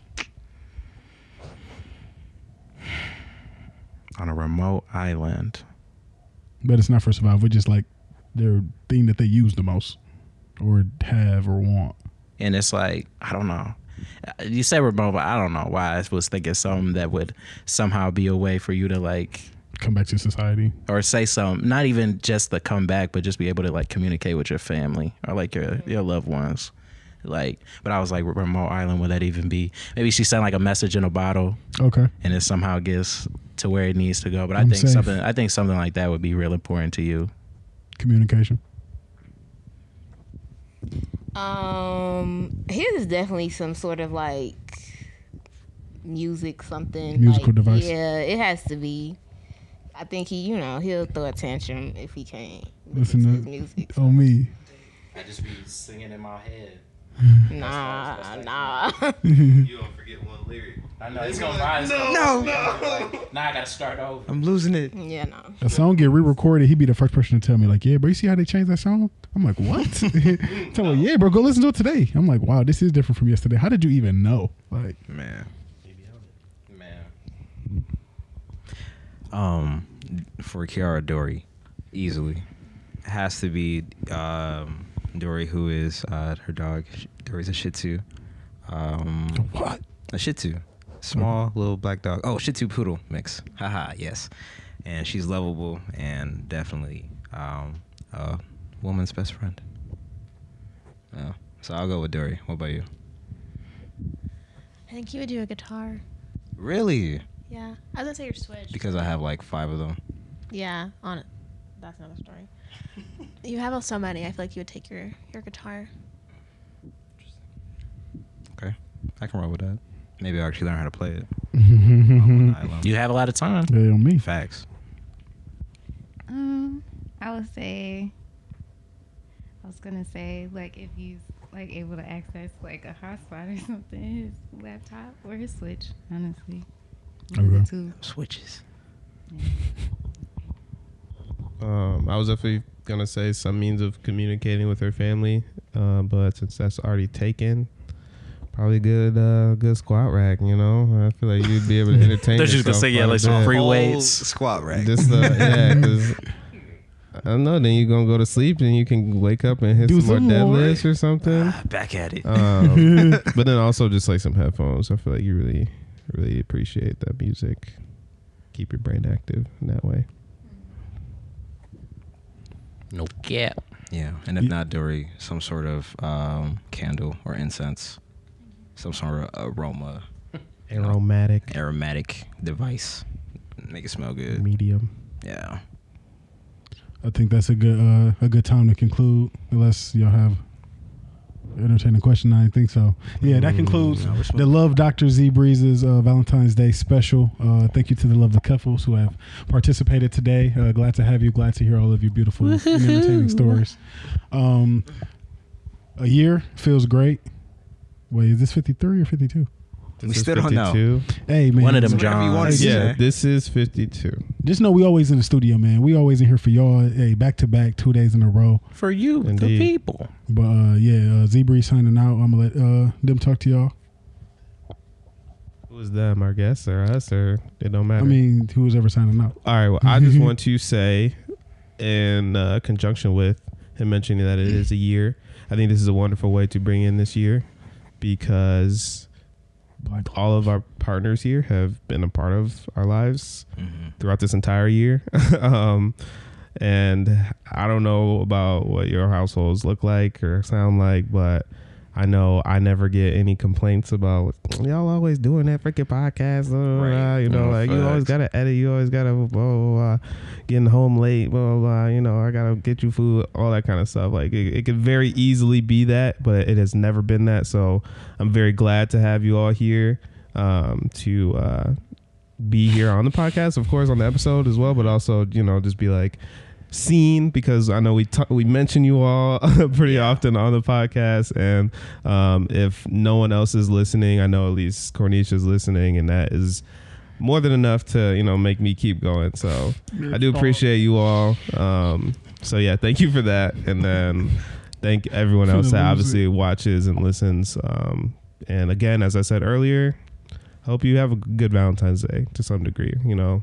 A: on a remote island.
B: But it's not for survival. It's just like their thing that they use the most, or have, or want.
A: and it's like I don't know. You said remote, but I don't know why I was thinking something that would somehow be a way for you to like
B: Come back to society.
A: or say something. Not even just the comeback, but just be able to like communicate with your family or like your your loved ones. Like, but I was like, remote island would that even be? Maybe she sent like a message in a bottle,
B: Okay.
A: and it somehow gets to where it needs to go. But I
B: I'm
A: think
B: safe.
A: something I think something like that would be real important to you.
B: Communication.
H: um, his is definitely some sort of like music, something
B: Musical
H: like-
B: device.
H: Yeah, it has to be. I think he, you know, he'll throw a tantrum if he can't
B: Listen
H: his
B: to
H: music.
B: oh me.
A: I just be singing in my head.
H: Nah,
B: Oh.
H: nah.
I: You don't forget one lyric.
A: I know it's gonna rise.
D: No.
A: Now I gotta start over.
D: I'm losing it.
H: yeah, no.
B: A song get re-recorded, he'd be the first person to tell me, like, yeah, bro, you see how they changed that song? I'm like, what? tell me, yeah, bro, go listen to it today. I'm like, wow, this is different from yesterday. How did you even know? Like,
D: Man.
A: Man.
D: Um, for Kiara Dory, easily has to be um, Dory, who is uh, her dog. Dory's a Shih Tzu. Um,
B: what?
D: a Shih Tzu, small little black dog. Oh, Shih Tzu poodle mix. Haha, yes. And she's lovable and definitely um, a woman's best friend. Yeah. So I'll go with Dory. What about you?
F: I think you would do a guitar.
D: Really?
F: Yeah. I was gonna say your Switch.
D: Because I have like five of them.
F: yeah, on it. That's not a story. you have so many. I feel like you would take your your guitar.
D: Okay, I can roll with that. Mm-hmm. Maybe I'll actually learn how to play it.
B: yeah,
D: I love
A: You have a lot of time.
B: on me.
D: facts.
G: Um, I would say, I was gonna say, like, if he's like able to access like a hotspot or something, his laptop or his switch, honestly. One of the
B: Okay.
G: two.
D: Switches.
C: Um, I was definitely gonna say some means of communicating with her family, uh, but since that's already taken, probably good uh, good squat rack. You know, I feel like you'd be able to entertain.
A: They're just gonna
C: yourself
A: say, yeah,
C: quite a
A: like some
C: bit.
A: free weights.
D: Squat rack.
C: Just uh, yeah, 'cause I don't know. Then you're gonna go to sleep, and you can wake up and hit
B: Do
C: some more
B: some more.
C: deadlifts or something.
D: Back at it.
C: Um, but then also just like some headphones. I feel like you really, really appreciate that music. Keep your brain active in that way.
A: No cap.
D: yeah, and if not Dory, some sort of um, candle or incense, some sort of aroma,
C: Aromatic,
D: aromatic device, make it smell good.
C: medium.
D: Yeah.
B: I think that's a good uh, a good time to conclude, unless y'all have entertaining question. I didn't think so. Yeah,
A: Mm,
B: that concludes the Love Dr. Z Breeze's uh, Valentine's Day special. Uh, thank you to the Love the Couples who have participated today. Uh, glad to have you. Glad to hear all of your beautiful and entertaining stories. Um, a year feels great. Wait, is this 53 or 52?
C: This
D: We
C: is
D: still don't know.
C: 52.
B: Hey, man.
A: One of them
D: Whatever you want
A: Johns.
D: to
C: Yeah,
D: say.
C: this is 52.
B: Just know we always in the studio, man. We always in here for y'all. Hey, back to back, two days in a row.
A: For you, the
C: Indeed.
A: people.
B: But uh, yeah, uh, Z Bree signing out. I'm gonna let uh, them talk to y'all.
C: Who is them? Our guests or us or it don't matter.
B: I mean, who was ever signing out?
C: All right. Well, I just want to say, in uh, conjunction with him mentioning that it is a year, I think this is a wonderful way to bring in this year because all of our partners here have been a part of our lives throughout this entire year. um, and I don't know about what your households look like or sound like, but I know I never get any complaints about y'all always doing that freaking podcast. Blah, blah, blah,"
D: Right.
C: You know,
D: Oh,
C: like you
D: facts.
C: always gotta edit, you always gotta blah, blah blah blah, getting home late, blah blah blah. You know, I gotta get you food, all that kind of stuff. Like it, it could very easily be that, but it has never been that. So I'm very glad to have you all here um, to uh, be here on the podcast, of course, on the episode as well, but also you know just be like seen because I know we t- we mention you all pretty often on the podcast, and um, if no one else is listening, I know at least Cornisha is listening, and that is more than enough to you know make me keep going. So I do appreciate you all. Um, so yeah, thank you for that, and then thank everyone
B: For the
C: else that
B: music.
C: obviously watches and listens. Um, and again, as I said earlier, hope you have a good Valentine's Day to some degree. You know.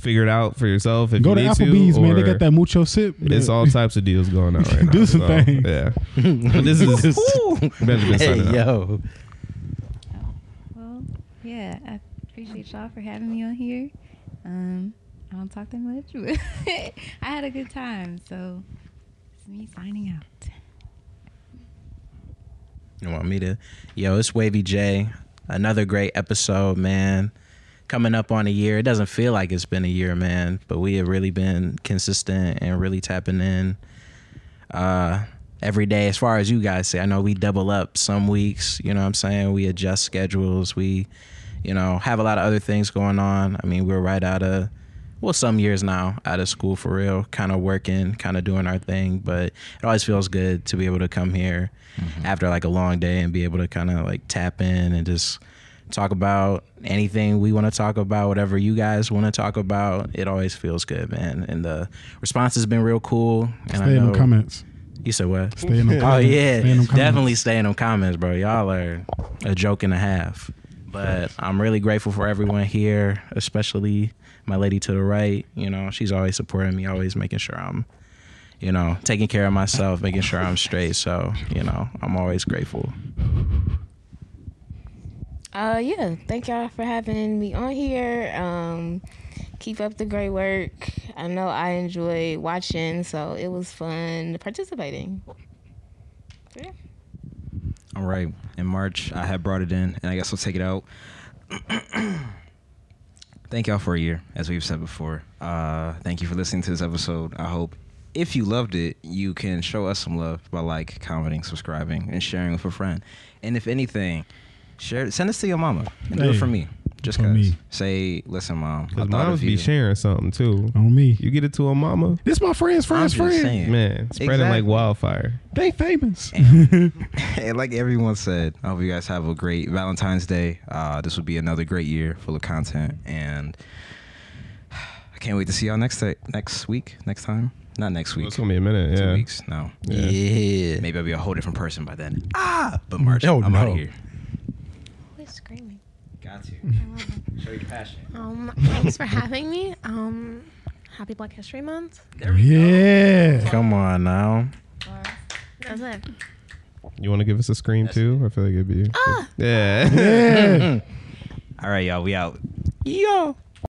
C: Figure it out for yourself if
B: Go
C: you
B: to
C: need
B: Applebee's,
C: to.
B: man. They
C: or-
B: got that mucho sip.
C: it's all types of deals going on right now.
B: Do some
C: so,
B: things.
C: Yeah. But this is Benjamin
A: Hey,
C: signing out.
A: yo.
G: Well, yeah, I appreciate y'all for having me on here. Um, I don't talk that much, but I had a good time. So it's me signing out.
A: You want me to? Yo, it's Wavy J. Another great episode, man. Coming up on a year. It doesn't feel like it's been a year, man, but we have really been consistent and really tapping in uh, every day. As far as you guys say, I know we double up some weeks. You know what I'm saying? We adjust schedules. We, you know, have a lot of other things going on. I mean, we're right out of well, some years now out of school for real, kind of working, kind of doing our thing. But it always feels good to be able to come here after like a long day and be able to kind of like tap in and just talk about anything we want to talk about, whatever you guys want to talk about. It always feels good, man. And the response has been real cool. And
B: Stay in the comments.
A: You said what?
B: Stay in the
A: Oh
B: comments.
A: yeah,
B: Stay in them comments.
A: definitely stay in them comments, bro. Y'all are a joke and a half. But I'm really grateful for everyone here, especially my lady to the right. You know, she's always supporting me, always making sure I'm, you know, taking care of myself, making sure I'm straight. So, you know, I'm always grateful.
H: Uh, yeah. Thank y'all for having me on here. Um, keep up the great work. I know I enjoy watching, so it was fun participating.
D: All right. In March, I had brought it in, and I guess I'll take it out. thank y'all for a year, as we've said before. Uh, thank you for listening to this episode. I hope if you loved it, you can show us some love by like, commenting, subscribing, and sharing with a friend. And if anything, share send this to your mama and do it
B: Hey,
D: for me. Just
B: for
D: cause.
B: me.
D: Say, listen, mom. I
C: Because
D: thought
C: moms
D: of you.
C: be sharing something too.
B: on me.
C: You get it to a mama,
B: This my friends,
D: I'm
B: friends,
D: just
B: friends.
D: saying.
C: man, spreading like
D: Exactly.
C: wildfire.
B: They famous.
D: and like everyone said, I hope you guys have a great Valentine's Day. Uh, this will be another great year full of content, and I can't wait to see y'all next ti- next week, next time. Not next
C: Well,
D: week.
C: it's gonna be a minute.
D: Two
C: Yeah.
D: weeks. No.
C: Yeah.
D: Maybe I'll be a whole different person by then. Ah, but March.
A: Oh,
D: I'm out
A: no.
D: of here.
F: Always screaming.
D: Got you.
F: I love it.
D: Show your passion.
F: Um, thanks for having me. Um, happy Black History Month.
B: Yeah.
A: Come on now.
F: That's it.
C: You want to give us a scream too? I feel like it'd be.
F: Ah!
C: Yeah.
B: Yeah.
D: All right, y'all. We out.
A: Yo.